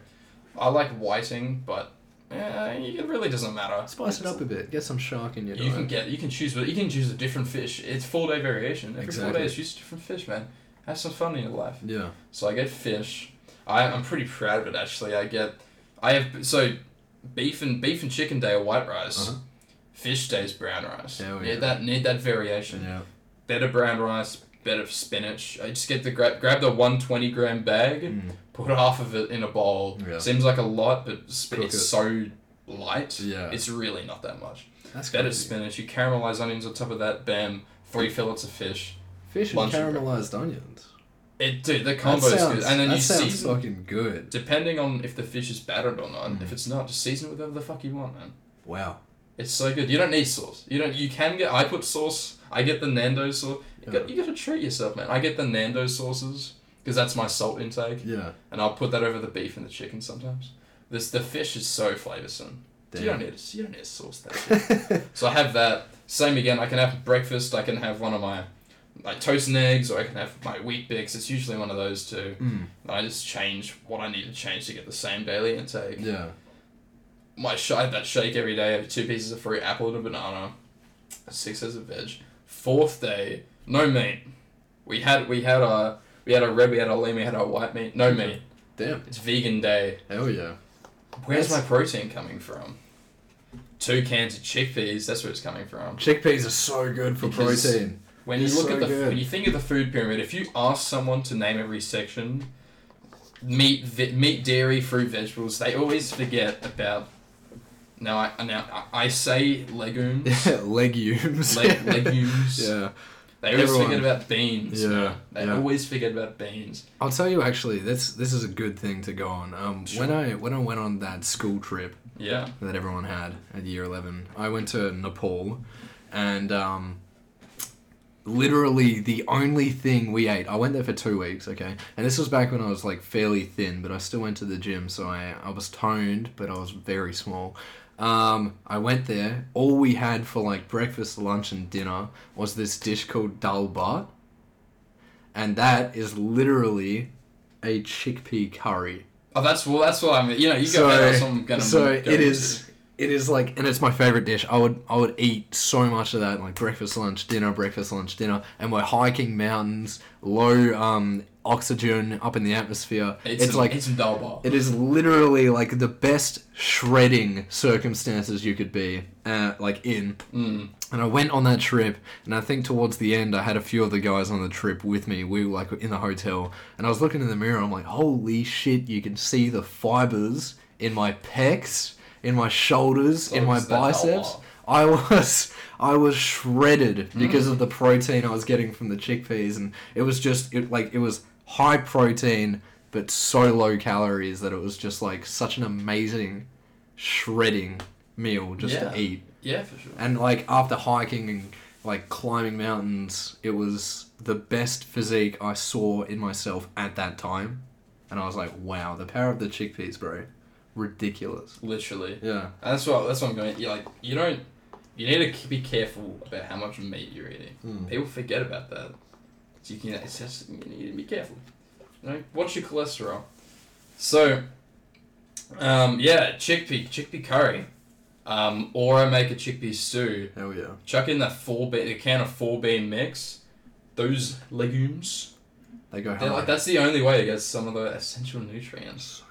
[SPEAKER 1] I like whiting, but eh, it really doesn't matter.
[SPEAKER 2] Spice it up a bit. Get some shark in your
[SPEAKER 1] You can
[SPEAKER 2] diet.
[SPEAKER 1] get, you can choose, but you can choose a different fish. It's four day variation. Every four
[SPEAKER 2] Exactly.
[SPEAKER 1] days, choose a different fish, man. Have some fun in your life.
[SPEAKER 2] Yeah.
[SPEAKER 1] So I get fish. I, I'm pretty proud of it actually. I get, I have so, beef and beef and chicken day are white rice.
[SPEAKER 2] Uh-huh.
[SPEAKER 1] Fish day is brown rice.
[SPEAKER 2] Hell
[SPEAKER 1] Need
[SPEAKER 2] yeah.
[SPEAKER 1] that need that variation
[SPEAKER 2] Yeah.
[SPEAKER 1] better brown rice, better spinach. I just get the grab grab the one twenty gram bag,
[SPEAKER 2] Mm.
[SPEAKER 1] put half of it in a bowl.
[SPEAKER 2] Yeah.
[SPEAKER 1] Seems like a lot, but sp-
[SPEAKER 2] Cook
[SPEAKER 1] it's
[SPEAKER 2] it.
[SPEAKER 1] so light.
[SPEAKER 2] Yeah.
[SPEAKER 1] it's really not that much.
[SPEAKER 2] That's
[SPEAKER 1] Better
[SPEAKER 2] crazy.
[SPEAKER 1] spinach. You caramelize onions on top of that. Bam, three fillets of fish.
[SPEAKER 2] Fish and
[SPEAKER 1] Lunch and
[SPEAKER 2] caramelized onions.
[SPEAKER 1] It dude, the
[SPEAKER 2] That
[SPEAKER 1] combo is
[SPEAKER 2] sounds,
[SPEAKER 1] good. And then
[SPEAKER 2] that
[SPEAKER 1] you
[SPEAKER 2] sounds
[SPEAKER 1] season.
[SPEAKER 2] fucking good.
[SPEAKER 1] Depending on if the fish is battered or not,
[SPEAKER 2] Mm.
[SPEAKER 1] if it's not, just season it with whatever the fuck you want, man.
[SPEAKER 2] Wow.
[SPEAKER 1] It's so good. You don't need sauce. You don't. You can get. I put sauce. I get the Nando sauce. You got. You got to treat yourself, man. I get the Nando sauces because that's my salt intake,
[SPEAKER 2] Yeah.
[SPEAKER 1] and I'll put that over the beef and the chicken sometimes. This the fish is so flavoursome. You don't
[SPEAKER 2] Damn.
[SPEAKER 1] need. You don't need sauce. That so I have that. Same again. I can have breakfast. I can have one of my, my toast and eggs, or I can have my wheat bix. It's usually one of those two.
[SPEAKER 2] Mm.
[SPEAKER 1] And I just change what I need to change to get the same daily intake
[SPEAKER 2] Yeah.
[SPEAKER 1] my sh- I have that shake every day. I have two pieces of fruit, apple and a banana, six as a veg. Fourth day, no meat. We had we had our we had our red, we had our lean, we had our white meat. No meat.
[SPEAKER 2] Damn.
[SPEAKER 1] It's vegan day.
[SPEAKER 2] Hell yeah.
[SPEAKER 1] Where's my
[SPEAKER 2] That's-
[SPEAKER 1] protein coming from? Two cans of chickpeas. That's where it's coming from.
[SPEAKER 2] Chickpeas are so good for
[SPEAKER 1] Because-
[SPEAKER 2] protein.
[SPEAKER 1] When you
[SPEAKER 2] It's
[SPEAKER 1] look
[SPEAKER 2] so
[SPEAKER 1] at the
[SPEAKER 2] good.
[SPEAKER 1] when you think of the food pyramid, if you ask someone to name every section, meat, ve- meat, dairy, fruit, vegetables, they always forget about. Now I now I I say legumes.
[SPEAKER 2] Legumes.
[SPEAKER 1] Leg- legumes.
[SPEAKER 2] Yeah.
[SPEAKER 1] They always
[SPEAKER 2] Everyone.
[SPEAKER 1] forget about beans.
[SPEAKER 2] Yeah,
[SPEAKER 1] man. They
[SPEAKER 2] yeah.
[SPEAKER 1] always forget about beans.
[SPEAKER 2] I'll tell you actually, this this is a good thing to go on. Um, when I when I went on that school trip
[SPEAKER 1] Yeah.
[SPEAKER 2] that everyone had at year eleven, I went to Nepal, and um, literally the only thing we ate. I went there for two weeks, okay, and this was back when I was like fairly thin, but I still went to the gym, so I I was toned, but I was very small. Um, I went there. All we had for like breakfast, lunch, and dinner was this dish called dal bhat, and that is literally a chickpea curry.
[SPEAKER 1] Oh, that's well. That's what I mean. You know, you go back on something. I'm gonna
[SPEAKER 2] so
[SPEAKER 1] go
[SPEAKER 2] it is. It is like, and it's my favorite dish. I would, I would eat so much of that, like breakfast, lunch, dinner, breakfast, lunch, dinner. And we're hiking mountains, low um, oxygen up in the atmosphere.
[SPEAKER 1] into.
[SPEAKER 2] It's, like,
[SPEAKER 1] it's a dull bar.
[SPEAKER 2] it is literally like the best shredding circumstances you could be, uh, like in.
[SPEAKER 1] Mm.
[SPEAKER 2] And I went on that trip, and I think towards the end, I had a few of the guys on the trip with me. We were like in the hotel, and I was looking in the mirror. I'm like, holy shit, you can see the fibers in my pecs, in my shoulders, in my
[SPEAKER 1] it's that
[SPEAKER 2] biceps.
[SPEAKER 1] dollar.
[SPEAKER 2] I was I was
[SPEAKER 1] Mm.
[SPEAKER 2] shredded because of the protein I was getting from the chickpeas, and it was just it like it was high protein but so low calories that it was just like such an amazing shredding meal just
[SPEAKER 1] Yeah.
[SPEAKER 2] to eat.
[SPEAKER 1] Yeah, for sure.
[SPEAKER 2] And like after hiking and like climbing mountains, it was the best physique I saw in myself at that time. And I was like, wow, the power of the chickpeas, bro. Ridiculous.
[SPEAKER 1] Literally.
[SPEAKER 2] Yeah.
[SPEAKER 1] And that's what. That's what I'm going. You like. You don't. You need to be careful about how much meat you're eating.
[SPEAKER 2] Mm.
[SPEAKER 1] People forget about that. So you can. It's just, you need to be careful. You know, watch your cholesterol. So. Um, yeah, chickpea chickpea curry, um, or I make a chickpea stew.
[SPEAKER 2] Hell yeah.
[SPEAKER 1] chuck in that four bean, a can of four bean mix, those legumes.
[SPEAKER 2] They go
[SPEAKER 1] They're
[SPEAKER 2] hard.
[SPEAKER 1] like that's the only way to get some of the essential nutrients.
[SPEAKER 2] So good.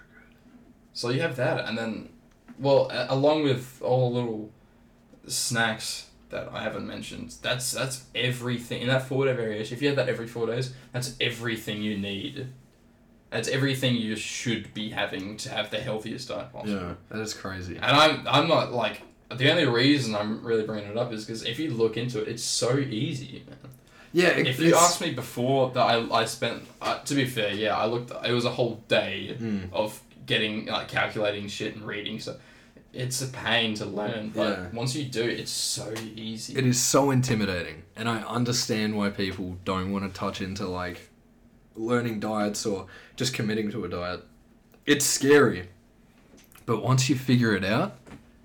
[SPEAKER 1] So you have that, and then, well, a- along with all the little snacks that I haven't mentioned, that's that's everything in that four day variation. If you have that every four days, that's everything you need. That's everything you should be having to have the healthiest diet possible.
[SPEAKER 2] Yeah, that is crazy.
[SPEAKER 1] And I'm I'm not like the only reason I'm really bringing it up is because if you look into it, it's so easy. Man.
[SPEAKER 2] Yeah, it,
[SPEAKER 1] If you
[SPEAKER 2] it's-
[SPEAKER 1] asked me before that, I, I spent. Uh, to be fair, yeah, I looked. It was a whole day
[SPEAKER 2] Mm.
[SPEAKER 1] of getting like calculating shit and reading. So it's a pain to learn, but
[SPEAKER 2] Yeah.
[SPEAKER 1] once you do, it's so easy.
[SPEAKER 2] It is so intimidating, and I understand why people don't want to touch into like learning diets or just committing to a diet. It's scary, but once you figure it out,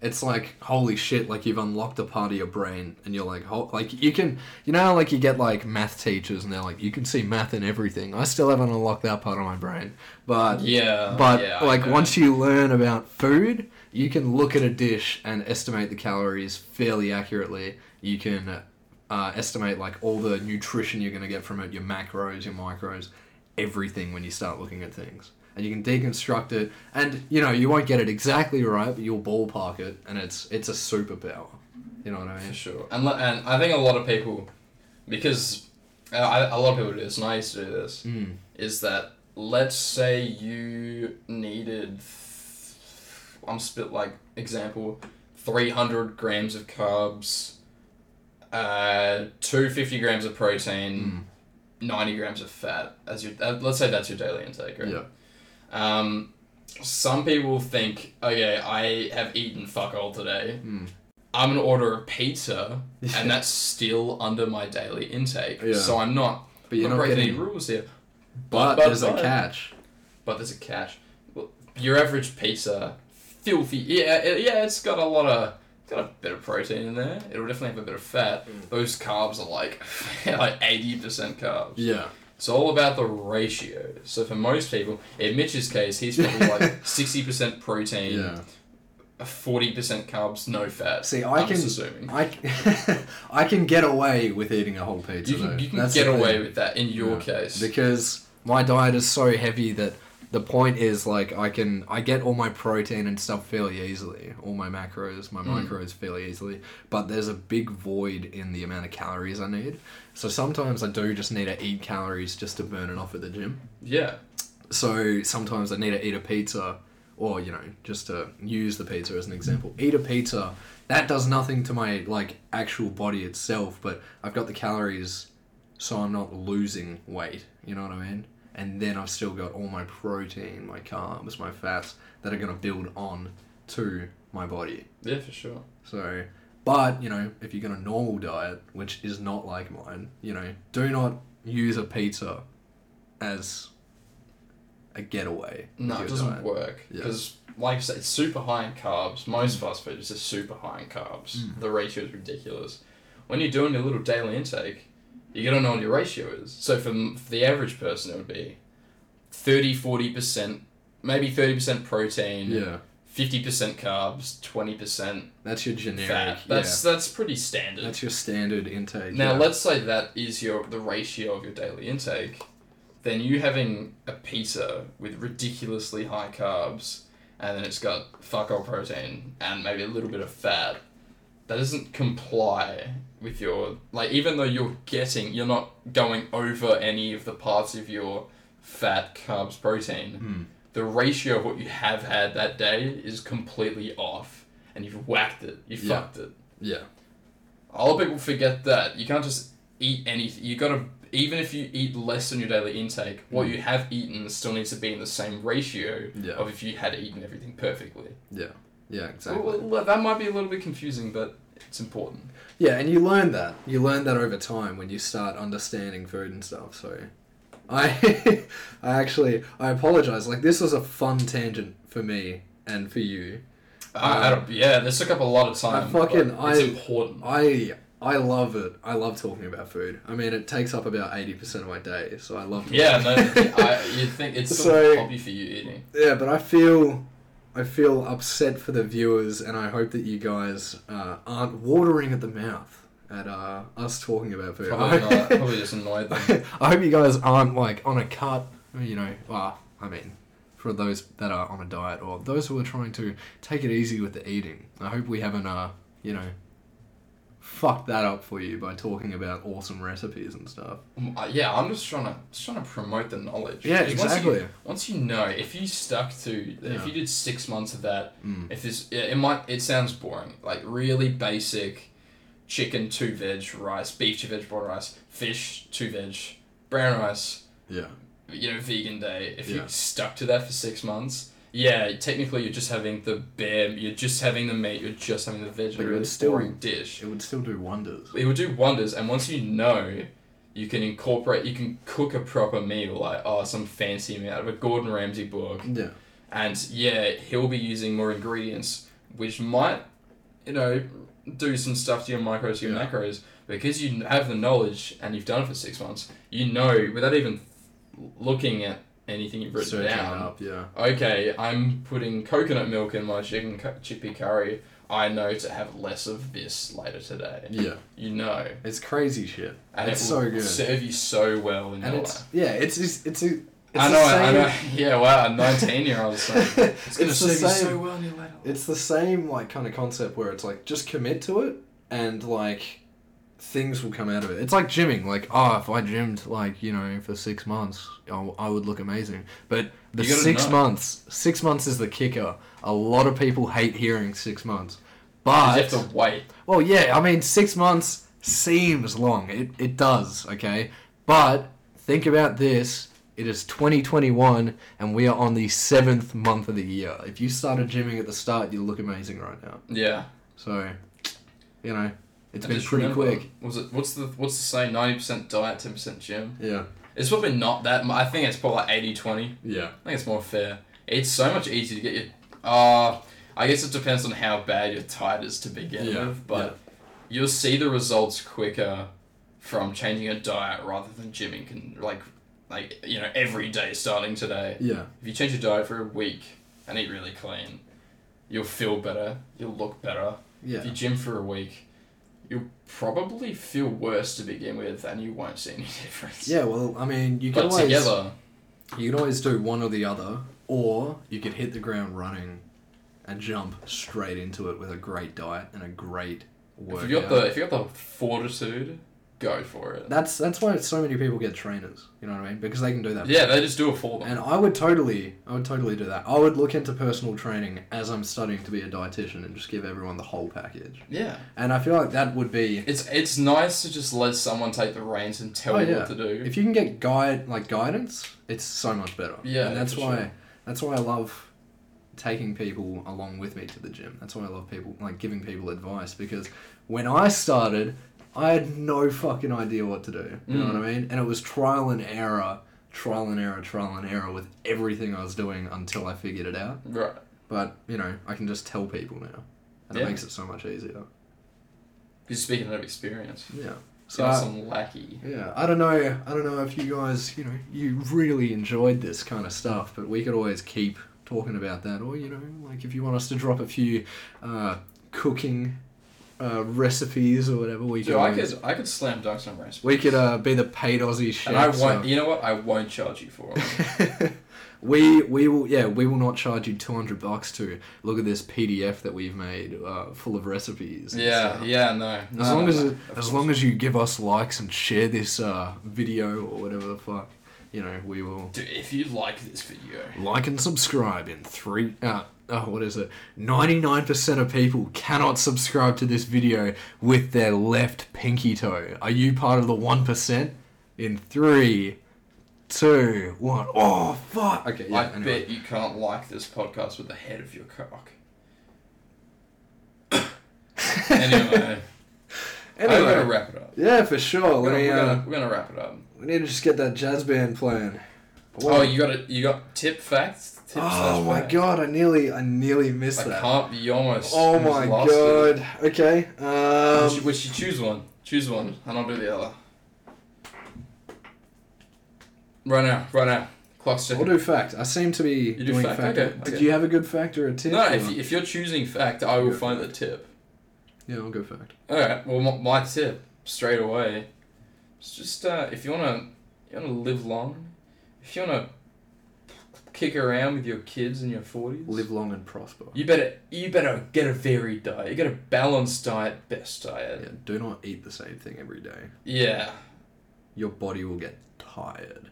[SPEAKER 2] it's like holy shit! Like you've unlocked a part of your brain, and you're like, hol- like you can, you know, how, like you get like math teachers, and they're like, you can see math in everything. I still haven't unlocked that part of my brain, but
[SPEAKER 1] yeah,
[SPEAKER 2] but
[SPEAKER 1] Um, yeah, I
[SPEAKER 2] like
[SPEAKER 1] know.
[SPEAKER 2] once you learn about food, you can look at a dish and estimate the calories fairly accurately. You can uh, estimate like all the nutrition you're gonna get from it, your macros, your micros, everything when you start looking at things. And you can deconstruct it, and you know you won't get it exactly right, but you'll ballpark it, and it's it's a superpower. You know what I
[SPEAKER 1] For
[SPEAKER 2] mean?
[SPEAKER 1] sure. And, le- and I think a lot of people, because uh, I, a lot of people do this, and I used to do this,
[SPEAKER 2] Mm.
[SPEAKER 1] is that let's say you needed, I'm spit like example, 300 grams of carbs, uh, 250 grams of protein, 90 grams of fat as your, uh, let's say that's your daily intake, right?
[SPEAKER 2] Yeah.
[SPEAKER 1] Um, some people think, okay, I have eaten fuck all today.
[SPEAKER 2] Mm.
[SPEAKER 1] I'm gonna order a pizza,
[SPEAKER 2] Yeah.
[SPEAKER 1] and that's still under my daily intake.
[SPEAKER 2] Yeah.
[SPEAKER 1] So I'm not.
[SPEAKER 2] But you're
[SPEAKER 1] not
[SPEAKER 2] not
[SPEAKER 1] breaking
[SPEAKER 2] getting.
[SPEAKER 1] any rules here.
[SPEAKER 2] but,
[SPEAKER 1] but-
[SPEAKER 2] there's a
[SPEAKER 1] but-
[SPEAKER 2] catch.
[SPEAKER 1] But there's a catch. Well, Your average pizza, filthy. Yeah, it, yeah, it's got a lot of. it's Got a bit of protein in there. It'll definitely have a bit of fat.
[SPEAKER 2] Hmm.
[SPEAKER 1] Those carbs are like like eighty percent carbs.
[SPEAKER 2] Yeah.
[SPEAKER 1] It's all about the ratio. So for most people, in Mitch's case, he's probably like sixty percent protein,
[SPEAKER 2] Yeah.
[SPEAKER 1] forty percent carbs, no fat.
[SPEAKER 2] See, I
[SPEAKER 1] I'm
[SPEAKER 2] can-
[SPEAKER 1] just assuming.
[SPEAKER 2] I, c- I can get away with eating a whole pizza.
[SPEAKER 1] You can,
[SPEAKER 2] though.
[SPEAKER 1] you can
[SPEAKER 2] That's
[SPEAKER 1] get
[SPEAKER 2] the thing.
[SPEAKER 1] away with that in your
[SPEAKER 2] Yeah.
[SPEAKER 1] case.
[SPEAKER 2] because my diet is so heavy that the point is like I can I get all my protein and stuff fairly easily, all my macros, my
[SPEAKER 1] Mm.
[SPEAKER 2] micros fairly easily. But there's a big void in the amount of calories I need. So sometimes I do just need to eat calories just to burn it off at the gym.
[SPEAKER 1] yeah.
[SPEAKER 2] So sometimes I need to eat a pizza, or you know, just to use the pizza as an example, eat a pizza. That does nothing to my like actual body itself, but I've got the calories, so I'm not losing weight. You know what I mean? And then I've still got all my protein, my carbs, my fats that are gonna build on to my body.
[SPEAKER 1] Yeah, for sure.
[SPEAKER 2] So, but you know, if you get a normal diet, which is not like mine, you know, do not use a pizza as a getaway. with
[SPEAKER 1] No,
[SPEAKER 2] your
[SPEAKER 1] it doesn't
[SPEAKER 2] diet.
[SPEAKER 1] work
[SPEAKER 2] Yeah.
[SPEAKER 1] because, like I said, it's super high in carbs. Most fast foods are super high in carbs.
[SPEAKER 2] Mm.
[SPEAKER 1] The ratio is ridiculous. When you're doing your little daily intake, you're gonna know what your ratio is. So for, m- for the average person, it would be 30, 40 percent, maybe thirty percent protein,
[SPEAKER 2] Yeah,
[SPEAKER 1] fifty percent carbs, twenty percent
[SPEAKER 2] that's your generic.
[SPEAKER 1] fat. That's
[SPEAKER 2] That's
[SPEAKER 1] that's pretty standard.
[SPEAKER 2] that's your standard intake.
[SPEAKER 1] Now
[SPEAKER 2] yeah.
[SPEAKER 1] let's say that is your the ratio of your daily intake, then you having a pizza with ridiculously high carbs and then it's got fuck all protein and maybe a little bit of fat, that doesn't comply with your like even though you're getting you're not going over any of the parts of your fat, carbs, protein,
[SPEAKER 2] Mm.
[SPEAKER 1] the ratio of what you have had that day is completely off and you've whacked it. You
[SPEAKER 2] Yeah.
[SPEAKER 1] fucked it.
[SPEAKER 2] yeah,
[SPEAKER 1] A lot of people forget that you can't just eat anything. You gotta even if you eat less than your daily intake, what you have eaten still needs to be in the same ratio
[SPEAKER 2] Mm. Yeah.
[SPEAKER 1] of if you had eaten everything perfectly.
[SPEAKER 2] yeah, exactly.
[SPEAKER 1] Well, well, that might be a little bit confusing, but it's important.
[SPEAKER 2] Yeah, and you learn that. You learn that over time when you start understanding food and stuff. So, I, I actually, I apologize. Like this was a fun tangent for me and for you.
[SPEAKER 1] I, I don't, yeah, this took up a lot of time.
[SPEAKER 2] I fucking-
[SPEAKER 1] but it's
[SPEAKER 2] I-
[SPEAKER 1] important.
[SPEAKER 2] I I love it. I love talking about food. I mean, it takes up about eighty percent of my day, so I love. Talking
[SPEAKER 1] Yeah, no, I, you think it's sort of
[SPEAKER 2] So-
[SPEAKER 1] a hobby for you eating?
[SPEAKER 2] yeah, but I feel I feel upset for the viewers, and I hope that you guys uh, aren't watering at the mouth at uh, us talking about food.
[SPEAKER 1] Probably not. Probably just annoyed them.
[SPEAKER 2] I hope you guys aren't like on a cut. You know, well, I mean, for those that are on a diet or those who are trying to take it easy with the eating, I hope we haven't, uh, you know, fucked that up for you by talking about awesome recipes and stuff.
[SPEAKER 1] Mm, I- Yeah, I'm just trying to just trying to promote the knowledge.
[SPEAKER 2] Yeah,
[SPEAKER 1] Because once you-
[SPEAKER 2] exactly.
[SPEAKER 1] Once you, know, if you stuck to,
[SPEAKER 2] Yeah.
[SPEAKER 1] if you did six months of that,
[SPEAKER 2] Mm.
[SPEAKER 1] if this, yeah, it might, it sounds boring, like really basic, chicken, two veg, rice, beef, two veg, brown rice, fish, two veg, brown rice,
[SPEAKER 2] Yeah.
[SPEAKER 1] you know, vegan day, if you
[SPEAKER 2] Yeah.
[SPEAKER 1] stuck to that for six months, yeah, technically you're just having the bare, you're just having the meat, you're just having the veg,
[SPEAKER 2] But
[SPEAKER 1] a
[SPEAKER 2] it
[SPEAKER 1] really
[SPEAKER 2] would still-
[SPEAKER 1] boring dish.
[SPEAKER 2] It would still do wonders.
[SPEAKER 1] It would do wonders, and once you know, you can incorporate, you can cook a proper meal, like, oh, some fancy meal out of a Gordon Ramsay book,
[SPEAKER 2] Yeah.
[SPEAKER 1] and yeah, he'll be using more ingredients, which might, you know, do some stuff to your micros, your
[SPEAKER 2] Yeah.
[SPEAKER 1] macros, because you have the knowledge and you've done it for six months. You know, without even looking at anything you've written
[SPEAKER 2] Searching
[SPEAKER 1] down.
[SPEAKER 2] it up, yeah.
[SPEAKER 1] Okay, I'm putting coconut milk in my chicken cu- chickpea curry. I know to have less of this later today.
[SPEAKER 2] Yeah.
[SPEAKER 1] You know,
[SPEAKER 2] It's crazy shit.
[SPEAKER 1] and
[SPEAKER 2] It's
[SPEAKER 1] it
[SPEAKER 2] so
[SPEAKER 1] will
[SPEAKER 2] good.
[SPEAKER 1] serve you so well in
[SPEAKER 2] And
[SPEAKER 1] your
[SPEAKER 2] it's
[SPEAKER 1] life.
[SPEAKER 2] yeah, it's it's it's a it's
[SPEAKER 1] I know,
[SPEAKER 2] the
[SPEAKER 1] I
[SPEAKER 2] same-
[SPEAKER 1] know. Yeah, wow, a 19 year old. It's gonna
[SPEAKER 2] It's the
[SPEAKER 1] serve you
[SPEAKER 2] same-
[SPEAKER 1] so well in your later. life.
[SPEAKER 2] It's the same like kind of concept where it's like just commit to it and like things will come out of it. It's like gymming. Like oh, if I gymmed like you know for six months, I, I would look amazing. But the
[SPEAKER 1] You gotta
[SPEAKER 2] six
[SPEAKER 1] know.
[SPEAKER 2] months, six months is the kicker. A lot of people hate hearing six months,
[SPEAKER 1] You
[SPEAKER 2] but
[SPEAKER 1] have to wait.
[SPEAKER 2] well, yeah, I mean six months seems long. It it does. Okay, but think about this. It is 2021, and we are on the seventh month of the year. If you started gymming at the start, you look amazing right now.
[SPEAKER 1] Yeah,
[SPEAKER 2] So, you know, it's
[SPEAKER 1] I
[SPEAKER 2] been
[SPEAKER 1] just
[SPEAKER 2] pretty
[SPEAKER 1] remember-
[SPEAKER 2] quick.
[SPEAKER 1] Was it? What's the what's the saying? Ninety percent diet, ten percent gym.
[SPEAKER 2] Yeah,
[SPEAKER 1] It's probably not that. mu- I think it's probably like 80-20.
[SPEAKER 2] yeah,
[SPEAKER 1] I think it's more fair. It's so much easier to get your. Uh, I guess it depends on how bad your tide is to begin
[SPEAKER 2] Yeah,
[SPEAKER 1] with, but you'll see the results quicker from changing a diet rather than gymming. Can like, like you know, every day starting today.
[SPEAKER 2] yeah,
[SPEAKER 1] If you change your diet for a week and eat really clean, you'll feel better. You'll look better. If you
[SPEAKER 2] yeah.
[SPEAKER 1] gym for a week, you'll probably feel worse to begin with, and you won't see any difference.
[SPEAKER 2] Yeah, well, I mean, you can
[SPEAKER 1] but
[SPEAKER 2] always
[SPEAKER 1] together,
[SPEAKER 2] you can always do one or the other, or you could hit the ground running, and jump straight into it with a great diet and a great
[SPEAKER 1] if
[SPEAKER 2] workout.
[SPEAKER 1] you got the if you got the fortitude, go for it.
[SPEAKER 2] That's that's why so many people get trainers. You know what I mean? Because they can do that.
[SPEAKER 1] Yeah, they just do it for them.
[SPEAKER 2] And I would totally, I would totally do that. I would look into personal training as I'm studying to be a dietitian and just give everyone the whole package.
[SPEAKER 1] Yeah,
[SPEAKER 2] And I feel like that would be
[SPEAKER 1] it's it's nice to just let someone take the reins and tell
[SPEAKER 2] Oh,
[SPEAKER 1] you
[SPEAKER 2] yeah.
[SPEAKER 1] what to do.
[SPEAKER 2] if you can get guide like guidance, it's so much better.
[SPEAKER 1] Yeah,
[SPEAKER 2] and that's
[SPEAKER 1] for
[SPEAKER 2] why
[SPEAKER 1] sure.
[SPEAKER 2] that's why I love taking people along with me to the gym. That's why I love people like giving people advice because when I started, I had no fucking idea what to do. You
[SPEAKER 1] Mm.
[SPEAKER 2] know what I mean? And it was trial and error, trial and error, trial and error with everything I was doing until I figured it out.
[SPEAKER 1] Right.
[SPEAKER 2] But you know, I can just tell people now, and it
[SPEAKER 1] Yeah.
[SPEAKER 2] makes it so much easier.
[SPEAKER 1] Because speaking of experience,
[SPEAKER 2] Yeah. So
[SPEAKER 1] so
[SPEAKER 2] I-
[SPEAKER 1] some lackey.
[SPEAKER 2] Yeah, I don't know. I don't know if you guys, you know, you really enjoyed this kind of stuff, but we could always keep talking about that. Or you know, like if you want us to drop a few uh, cooking uh, recipes or whatever, we
[SPEAKER 1] Dude,
[SPEAKER 2] could.
[SPEAKER 1] I
[SPEAKER 2] always-
[SPEAKER 1] could I could slam dunk some recipes.
[SPEAKER 2] we could uh, be the paid Aussie chefs.
[SPEAKER 1] and I won't. You know what? I won't charge you for it.
[SPEAKER 2] uh, we we will yeah we will not charge you two hundred bucks to look at this PDF that we've made uh, full of recipes. and
[SPEAKER 1] yeah.
[SPEAKER 2] stuff.
[SPEAKER 1] Yeah. No.
[SPEAKER 2] As
[SPEAKER 1] No,
[SPEAKER 2] long
[SPEAKER 1] no,
[SPEAKER 2] as
[SPEAKER 1] no.
[SPEAKER 2] as long as you give us likes and share this uh, video or whatever the fuck, you know, we will
[SPEAKER 1] Dude, if you like this video,
[SPEAKER 2] like and subscribe in three. Uh, oh, what is it? Ninety nine percent of people cannot subscribe to this video with their left pinky toe. Are you part of the one percent? In three, two, one. Oh fuck! Okay, yeah.
[SPEAKER 1] I
[SPEAKER 2] anyway.
[SPEAKER 1] bet you can't like this podcast with the head of your cock. anyway, anyway. I'm gonna
[SPEAKER 2] anyway.
[SPEAKER 1] wrap it up.
[SPEAKER 2] Yeah, for sure.
[SPEAKER 1] We're
[SPEAKER 2] Let
[SPEAKER 1] gonna,
[SPEAKER 2] me.
[SPEAKER 1] we're
[SPEAKER 2] Uh,
[SPEAKER 1] gonna, we're gonna wrap it up.
[SPEAKER 2] we need to just get that jazz band playing.
[SPEAKER 1] Oh, you got it. You got tip facts. Tip
[SPEAKER 2] Oh
[SPEAKER 1] slash
[SPEAKER 2] my
[SPEAKER 1] facts?
[SPEAKER 2] god! I nearly, I nearly missed
[SPEAKER 1] I
[SPEAKER 2] that.
[SPEAKER 1] can't. You almost.
[SPEAKER 2] Oh
[SPEAKER 1] almost
[SPEAKER 2] my
[SPEAKER 1] lost it.
[SPEAKER 2] god. Okay.
[SPEAKER 1] Would you-
[SPEAKER 2] Um,
[SPEAKER 1] would you choose one? Choose one, and I'll do the other. Right now, right now. Clock's
[SPEAKER 2] I'll
[SPEAKER 1] ticking.
[SPEAKER 2] do fact. I seem to be
[SPEAKER 1] do
[SPEAKER 2] doing fact.
[SPEAKER 1] fact? Okay,
[SPEAKER 2] Did
[SPEAKER 1] okay.
[SPEAKER 2] you have a good fact or a tip?
[SPEAKER 1] No,
[SPEAKER 2] or-
[SPEAKER 1] if, you- if you're choosing fact, I will
[SPEAKER 2] Go
[SPEAKER 1] find the tip.
[SPEAKER 2] yeah, I'll go fact.
[SPEAKER 1] All right. Well, my, my tip straight away. It's just uh, if you wanna, you wanna live long, if you wanna kick around with your kids in your forties,
[SPEAKER 2] Live long and prosper.
[SPEAKER 1] You better, you better get a varied diet. You get a balanced diet, best
[SPEAKER 2] Yeah,
[SPEAKER 1] diet.
[SPEAKER 2] do not eat the same thing every day.
[SPEAKER 1] Yeah,
[SPEAKER 2] Your body will get tired.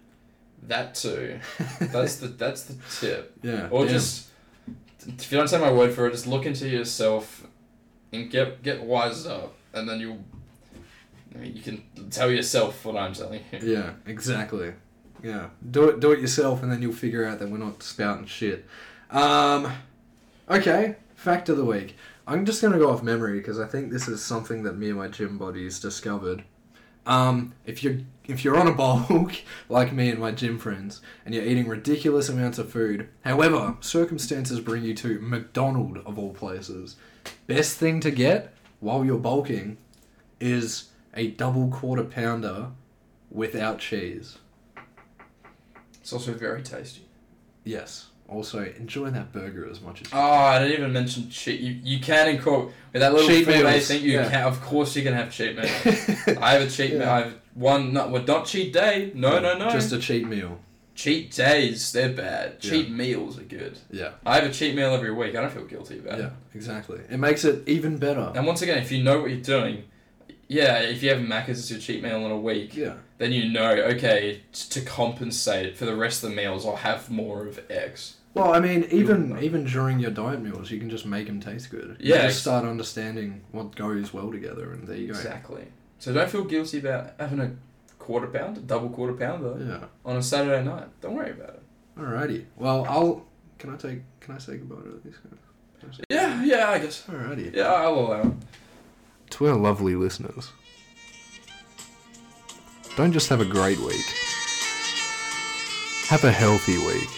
[SPEAKER 1] that too. That's the that's the tip.
[SPEAKER 2] yeah.
[SPEAKER 1] Or
[SPEAKER 2] damn.
[SPEAKER 1] just if you don't take my word for it, just look into yourself and get get wised up. and then you'll. I mean, You can tell yourself what I'm telling you.
[SPEAKER 2] Yeah, exactly. Yeah, do it, do it yourself, and then you'll figure out that we're not spouting shit. Um, okay, fact of the week. I'm just gonna go off memory because I think this is something that me and my gym buddies discovered. Um, if you if you're on a bulk like me and my gym friends, and you're eating ridiculous amounts of food, however, circumstances bring you to McDonald's of all places. Best thing to get while you're bulking is a double quarter pounder without cheese.
[SPEAKER 1] It's also very tasty.
[SPEAKER 2] Yes. Also, enjoy that burger as much as you
[SPEAKER 1] Oh, I didn't even mention cheat. You, you can incorporate with that little
[SPEAKER 2] Cheat
[SPEAKER 1] food
[SPEAKER 2] meals,
[SPEAKER 1] based thing. You
[SPEAKER 2] yeah.
[SPEAKER 1] can, of course, you can have cheat meal.
[SPEAKER 2] can.
[SPEAKER 1] I have a cheat
[SPEAKER 2] Yeah.
[SPEAKER 1] meal. I have one. Not well, not cheat day. No, no, no.
[SPEAKER 2] Just a cheat meal.
[SPEAKER 1] cheat days. They're bad. Cheat meals are good.
[SPEAKER 2] Yeah.
[SPEAKER 1] I have a cheat meal every week. I don't feel guilty about
[SPEAKER 2] Yeah,
[SPEAKER 1] it.
[SPEAKER 2] exactly. It makes it even better.
[SPEAKER 1] And once again, if you know what you're doing, yeah, if you have Macca's as your cheat meal in a week,
[SPEAKER 2] Yeah.
[SPEAKER 1] then you know, okay, t- to compensate for the rest of the meals, I'll have more of X.
[SPEAKER 2] Well, I mean, even
[SPEAKER 1] Ooh.
[SPEAKER 2] even during your diet meals, you can just make them taste good. You
[SPEAKER 1] Yeah,
[SPEAKER 2] just
[SPEAKER 1] ex-
[SPEAKER 2] start understanding what goes well together, and there you go.
[SPEAKER 1] Exactly. So don't feel guilty about having a quarter pounder, double quarter pounder
[SPEAKER 2] Yeah.
[SPEAKER 1] on a Saturday night. Don't worry about it.
[SPEAKER 2] Alrighty. Well, I'll. Can I take? Can I say goodbye to these guys? Can I say-
[SPEAKER 1] Yeah, yeah, I guess.
[SPEAKER 2] Alrighty.
[SPEAKER 1] Yeah, I'll allow it.
[SPEAKER 2] To our lovely listeners, don't just have a great week, have a healthy week.